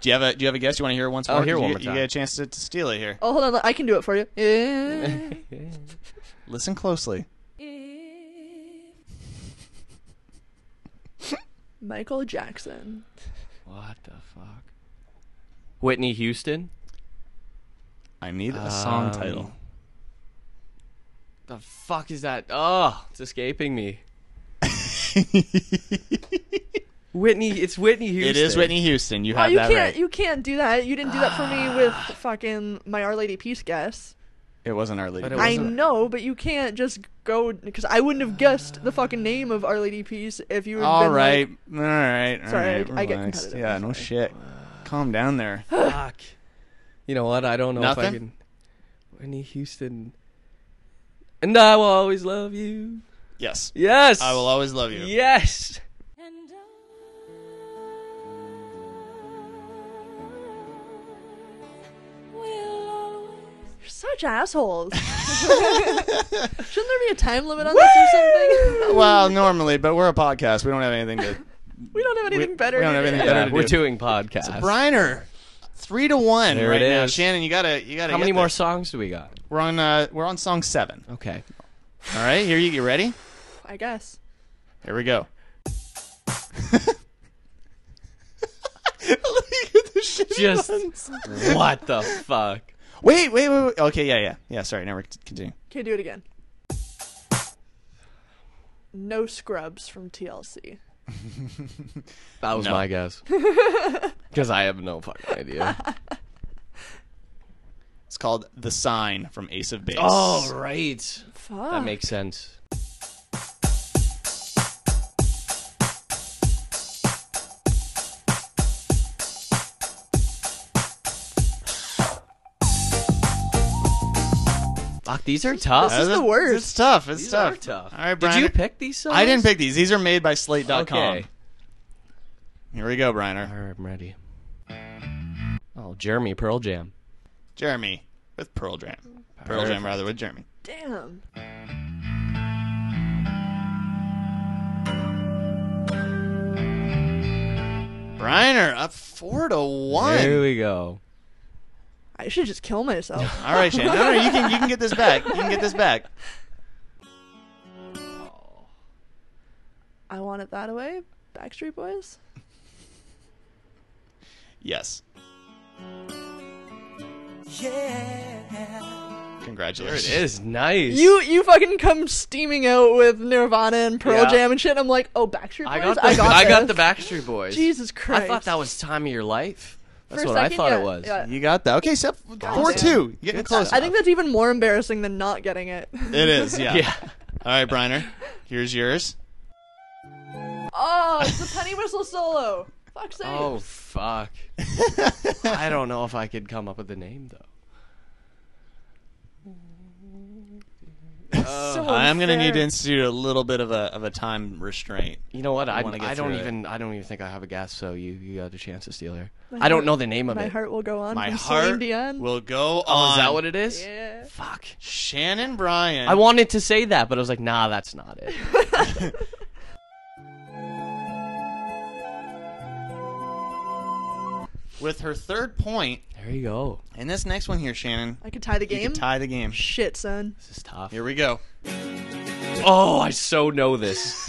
Do you have a Do you have a guess? You want to hear it once Oh, more? hear 'Cause one you, more you time. get a chance to, to steal it here. Oh, hold on. I can do it for you. Eh. Listen closely. Michael Jackson. What the fuck? Whitney Houston? I need a song Um, title. The fuck is that? Oh, it's escaping me. Whitney, it's Whitney Houston. It is Whitney Houston. You Oh, have you that can't. right. You can't do that. You didn't do that for me with fucking my Our Lady Peace guess. It wasn't Our Lady. But it Peace. I know, but you can't just go because I wouldn't have guessed the fucking name of Our Lady Peace if you. Had All been right, Like, all right, all Sorry, right. I- I get relax. competitive, Yeah, I'm no sorry. shit. Calm down there. Fuck. You know what? I don't know if I Nothing? can. Whitney Houston. And I will always love you. Yes, Yes. I will always love you. Yes. You're such assholes. Shouldn't there be a time limit on this or something? Well, normally, but we're a podcast. We don't have anything to. we don't have anything better. we don't to have do. anything Yeah, better to we're do. doing podcasts. Briner, three to one There right it now. is. Shannon, you gotta, you gotta. How get many more this. songs do we got? We're on, uh, we're on song seven. Okay. All right, here you get ready. I guess. Here we go. Look at the shitty Just ones. what the fuck? wait, wait, wait, wait. Okay, yeah, yeah, yeah. Sorry, now we're c- continue. Okay, do it again. No scrubs from TLC. That was No. my guess. Because I have no fucking idea. It's called "The Sign" from Ace of Base. All right. Fuck. That makes sense. Fuck, these are tough. This is the worst. It's tough. Ah. It's these tough. are tough. All right, Briner. Did you pick these songs? I didn't pick these. These are made by Slate.com. Okay. Here we go, Briner. All right, I'm ready. Oh, Jeremy Pearl Jam. Jeremy with Pearl Jam. Pearl Jam, rather, with Jeremy. Damn. Briner up four to one. Here we go. I should just kill myself. All right, Shane. No, no, you can you can get this back. You can get this back. I want it that way. Backstreet Boys. Yes. Yeah. Congratulations. There it is. Nice. You you fucking come steaming out with Nirvana and Pearl Yeah. Jam and shit. I'm like, oh, Backstreet Boys. I got the, I got, I got the this. Backstreet Boys. Jesus I thought Christ. that was Time of Your Life. That's For a what I second, thought yeah, it was. yeah. You got that. Okay, step God four damn. two. You're getting close. I think that's even more embarrassing than not getting it. it is. Yeah. Yeah. All right, Briner. Here's yours. oh, it's the penny whistle solo. Fuck's sake. Oh fuck. I don't know if I could come up with a name though. Oh, So I'm gonna need to unfair. institute a little bit of a of a time restraint. You know what? I, wanna get I don't through it. even I don't even think I have a guess. So you you got a chance to steal here. I don't know the name of My it. heart will go on. My from heart Celine Dion. will go on. oh, is that what it is? Yeah. Fuck. Shannon Bryan. I wanted to say that, but I was like, nah, that's not it. with her third point. There you go. And this next one here, Shannon. I could tie the You game. can tie the game. Shit, son. This is tough. Here we go. Oh, I so know this.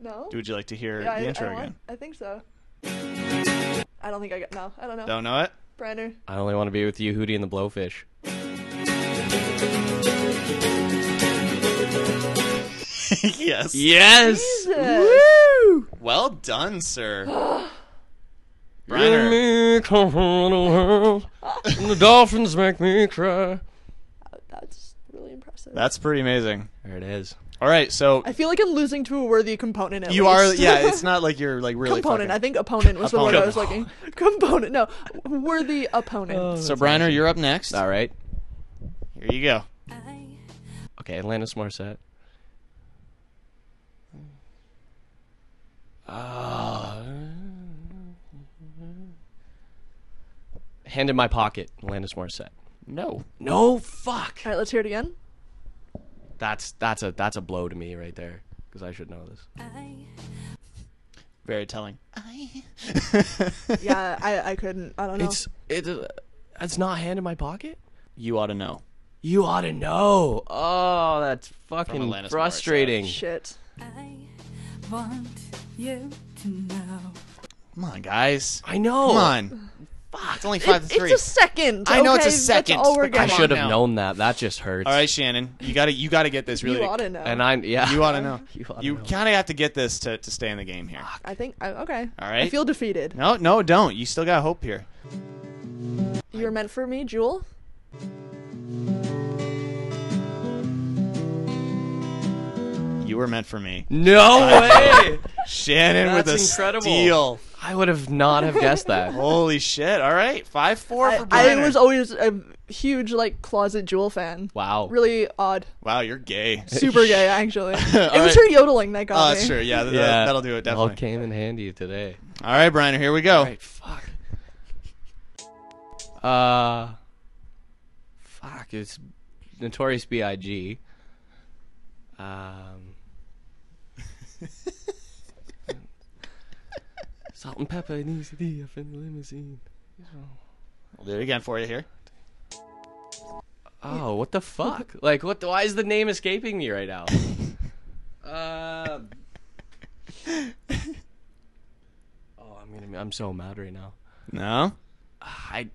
No. Would you like to hear Yeah, I, the I intro want- again? I think so. I don't think I got. No, I don't know. Don't know it? Brenner. I only want to be with you, Hootie and the Blowfish. yes. Yes. Jesus. Well done, sir. Briner. Really come on the world, and the dolphins make me cry. That's really impressive. That's pretty amazing. There it is. All right, so I feel like I'm losing to a worthy component. At you are. least. Yeah, it's not like you're like really. component. I fucking- think opponent was the word I was Opponent. looking. component. No, worthy opponent. Oh, So, Briner, you're up next. All right. Here you go. Okay, Atlantis Morissette. Ah. hand in my pocket, Atlantis Morissette. No. No, fuck. All right, let's hear it again. That's that's a that's a blow to me right there because I should know this. Very telling. Yeah, I, I couldn't. I don't know. It's it, uh, it's not hand in my pocket. You ought to know. You ought to know. Oh, that's fucking Alanis frustrating. Shit. Come on, guys. I know. Come on. Fuck. It's only five to three. It's a second. I know it's a okay? That's second, all we're but come I getting. on should now. have known that. That just hurts. All right, Shannon. You gotta you gotta get this really. You ought to know. And I'm yeah. You ought to know. You oughta You know. kind of have to get this to, to stay in the game here. I think. I, okay. All right. I feel defeated. No, no, don't. You still got hope here. You were meant for me, Jewel. You were meant for me. No way. Shannon with a That's incredible. steal. I would have not have guessed that. Holy shit. All right. 5 4 I, for I Brenner. was always a huge like closet Jewel fan. Wow. Really odd. Wow, you're gay. Super gay, actually. it was right. her yodeling that got Oh, Uh, me. that's true. Yeah, th- Yeah. that'll do it, definitely. All came in handy today. All right, Brenner, here we go. All right, fuck. Uh, fuck. It's Notorious B.I.G. Um, salt and pepper needs to be up in the limousine. I'll do it again for you here. Oh, what the fuck? Like, what? Why is the name escaping me right now? uh. Oh, I'm gonna. I'm so mad right now. No? I.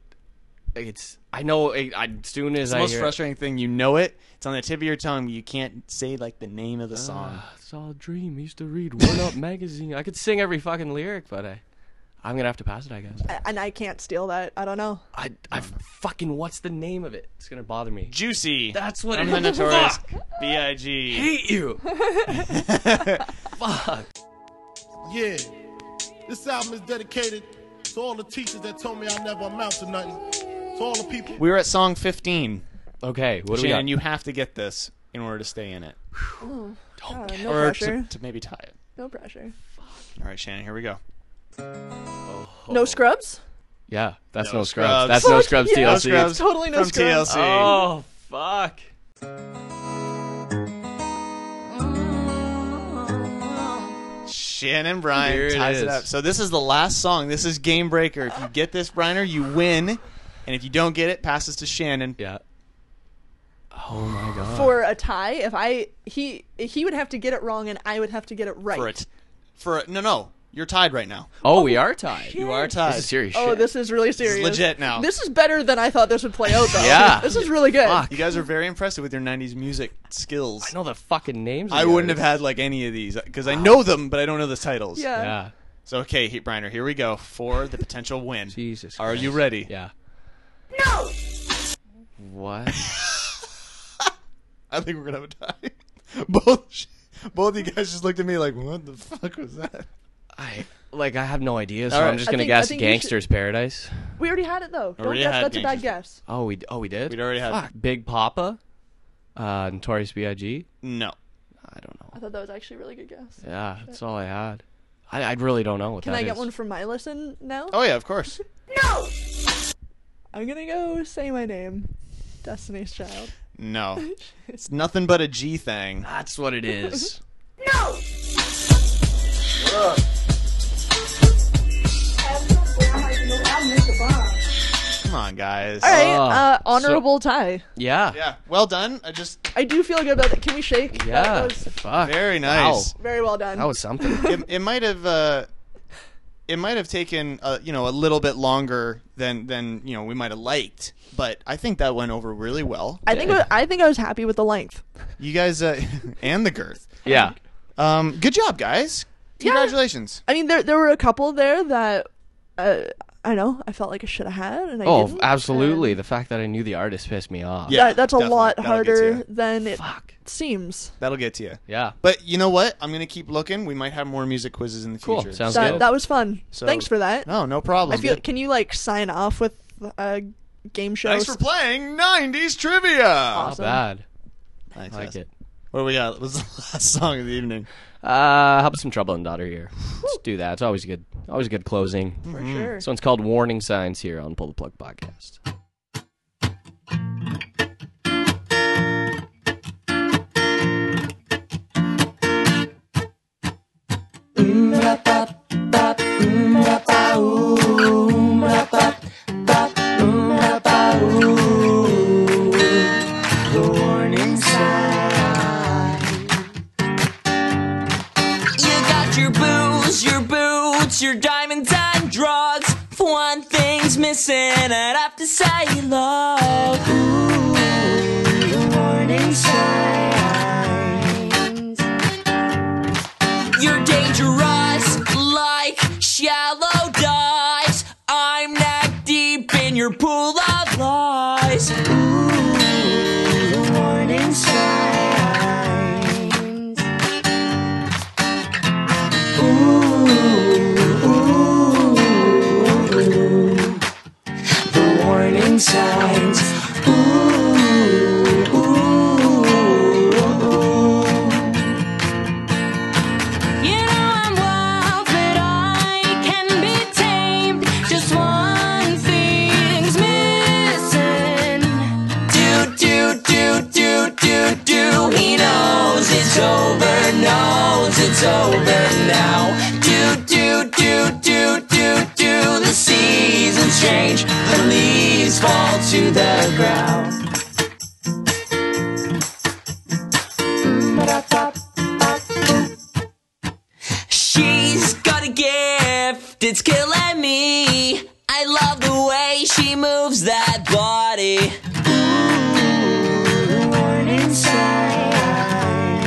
It's. I know. I, I soon as It's the I most hear it, frustrating thing. You know it. It's on the tip of your tongue. You can't say, like, the name of the song. Ah, it's all a dream. Used to read Word Up magazine. I could sing every fucking lyric, but I, I'm gonna have to pass it. I guess. A- And I can't steal that. I don't know. I, I fucking. What's the name of it? It's gonna bother me. Juicy. That's what I'm it the is. notorious Fuck. B.I.G. Hate you. Fuck. Yeah. This album is dedicated to all the teachers that told me I never amount to nothing. To all the people. We were at song 15. Okay. What do we Shannon, got? you have to get this in order to stay in it. Uh, no or pressure. to, to maybe tie it. No pressure. All right, Shannon, here we go. Oh. No scrubs? Yeah, that's No no, scrubs. Scrubs. That's no Fuck scrubs yeah. TLC. No Scrubs. totally no From scrubs. TLC. Oh fuck. Shannon There Bryan it ties it is. up. So this is the last song. This is game breaker. If you get this, Briner, you win. And if you don't get it, passes to Shannon. Yeah. Oh my god. For a tie, if I he he would have to get it wrong and I would have to get it right. For it, for a, no, no, You're tied right now. Oh, we are tied. You are tied. This is serious Oh, shit. this is really is serious. legit now. This is better than I thought this would play out, though. Yeah. This is really good. You guys are very impressive with your '90s music skills. I know the fucking names. I wouldn't have had like any of these because I know them, but I don't know the titles. Yeah. Yeah. So okay, Heat Briner, here we go for the potential win. Jesus, are you Christ. ready? Yeah. What? I think we're gonna have a tie. both, both you guys just looked at me like, "What the fuck was that?" I like I have no idea, so All right. I'm just I gonna think- I guess think you should- Gangster's Paradise. We already had it, though. Don't Already guess. had That's a bad Gangsta's- guess. Oh, we oh we did. We'd already had- Fuck. Big Papa, uh, Notorious B.I.G. No, I don't know. I thought that was actually a really good guess. Yeah, that's all I had. I, I really don't know what Can that I get is. one from my listen now? Oh yeah, of course. No! I'm gonna go say my name. Destiny's Child. No, it's nothing but a G thing. That's what it is. Come on, guys. All right, uh, honorable tie. Ah, Yeah. Yeah. Well done. I just I do feel good about that. Can we shake? That Yeah. was Fuck. Very nice. very well done. something. it, it might have. Uh, it might have taken uh, you know a little bit longer than than you know we might have liked, but I think that went over really well. I think I I think I was happy with the length. you guys uh, and the girth. Yeah. Um. Good job, guys. Yeah. Congratulations. I mean, there there were a couple there that uh, I know I felt like I should have had, and I Oh, didn't. absolutely. The fact that I knew the artist pissed me off. Yeah, That- that's a definitely. lot That'll harder get than it seems. That'll get to you. Yeah. But you know what? I'm gonna keep looking. We might have more music quizzes in the Cool. future. Sounds That, that was fun. So- Thanks for that. No, no problem. I feel. Can you like sign off with a game show? Thanks for playing 90s trivia. Not bad. I like it. What do we got? What's the last song of the evening? Uh, how about some trouble and daughter here? Let's do that. It's always good. Always a good closing. For Mhm. sure. This one's called Warning Signs here on Pull the Plug Podcast. warning sign. You got your booze, your boots, your diamonds on drugs. For one thing's missing, I'd have to say love. Ooh, warning signs. You're dangerous, like shallow dives. I'm neck deep in your pool of lies. Ooh, warning signs. The warning signs. Ooh, ooh, ooh. You know I'm wild, but I can be tamed. Just one thing's missing. Do do do do do do. He knows it's over, knows it's over now. Do do do do do do. The seasons change, the leaves fall to the ground. She's got a gift, it's killing me. I love the way she moves that body. Ooh, warning sign.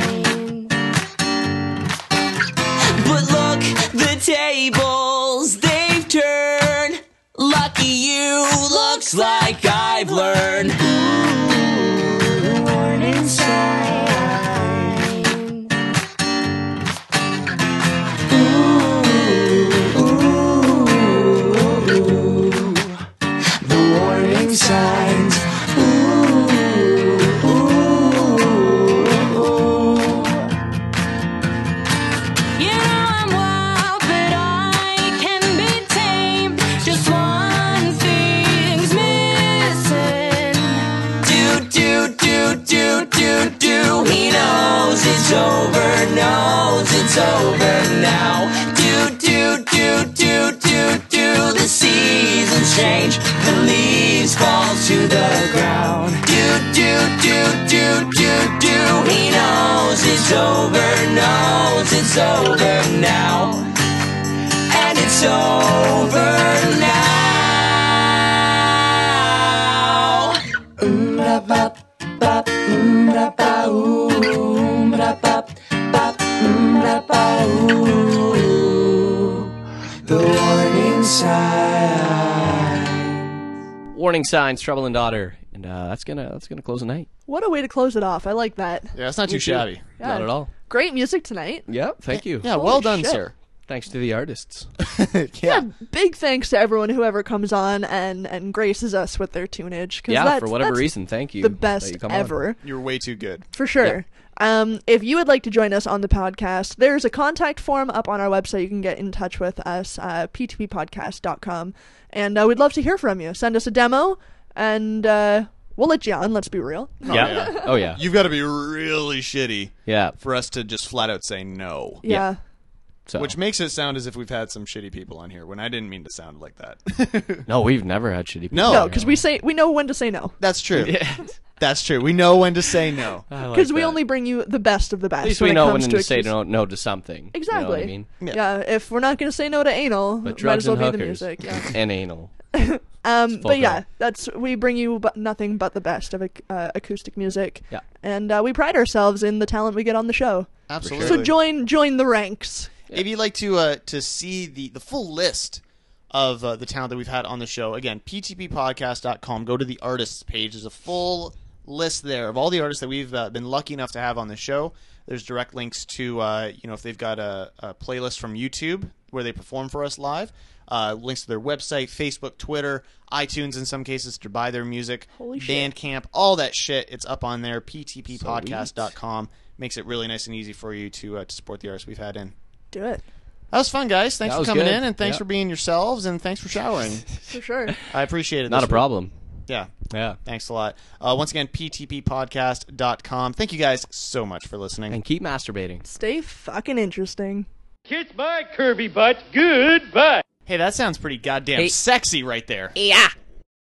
But look, the tables they've turned. Lucky you, looks like I've learned. Ooh, warning sign. The warning signs. Ooh, ooh, ooh. You know I'm wild, but I can be tamed. Just one thing's missing. Do do do do do do. He knows it's over, knows it's over now. Do do do do do do. The seasons change, the leaves fall to the ground. Do do do do do do. He knows it's over, knows it's over now. It's over now. The warning sign. Warning signs, trouble and daughter, and uh, that's gonna that's gonna close the night. What a way to close it off. I like that. Yeah, it's not too Me shabby. Not Yeah. at all. Great music tonight. Yeah, thank you. Yeah, well Holy done, shit. sir. Thanks to the artists. Yeah. Big thanks to everyone who ever comes on and and graces us with their tunage. 'cause Yeah, for that's- whatever that's reason, thank you. The that best you come on. ever. You're way too good. For sure. Um, if you would like to join us on the podcast, there's a contact form up on our website. You can get in touch with us, uh, p2ppodcast.com. And uh, we'd love to hear from you. Send us a demo, and uh, we'll let you on, let's be real. Oh yeah. You've got to be really shitty. Yeah. For us to just flat out say no. Yeah. Which makes it sound as if we've had some shitty people on here when I didn't mean to sound like that. No, we've never had shitty. No. No, because we say we know when to say no. That's true. That's true. We know when to say no. Because we only bring you the best of the best. At least we when know it when comes to to say accus- no, no to something. you know what Exactly. I mean? yeah. if we're not going to say no to anal, But might drugs as well and be the hookers music. Yeah. and anal. Um, full but yeah, that's we bring you but nothing but the best of ac- uh, acoustic music. Yeah. and uh, we pride ourselves in the talent we get on the show. Absolutely. So join join the ranks. If you'd like to uh, to see the, the full list of uh, the talent that we've had on the show, again, ptppodcast.com. Go to the artists page. There's a full list there of all the artists that we've uh, been lucky enough to have on the show. There's direct links to, uh, you know, if they've got a, a playlist from YouTube where they perform for us live, uh, links to their website, Facebook, Twitter, iTunes in some cases to buy their music, Holy shit. Bandcamp, all that shit. It's up on there, ptppodcast.com. Makes it really nice and easy for you to, uh, to support the artists we've had in. Do it That was fun, guys. Thanks That for was coming good. in, and thanks Yeah. for being yourselves, and thanks for showering. for sure. I appreciate it. Not this a week. problem. Yeah. Yeah. Thanks a lot. Uh, once again, ptppodcast.com. Thank you guys so much for listening. And keep masturbating. Stay fucking interesting. Kiss my curvy butt. Goodbye. Hey, that sounds pretty goddamn Hey. sexy right there. Yeah.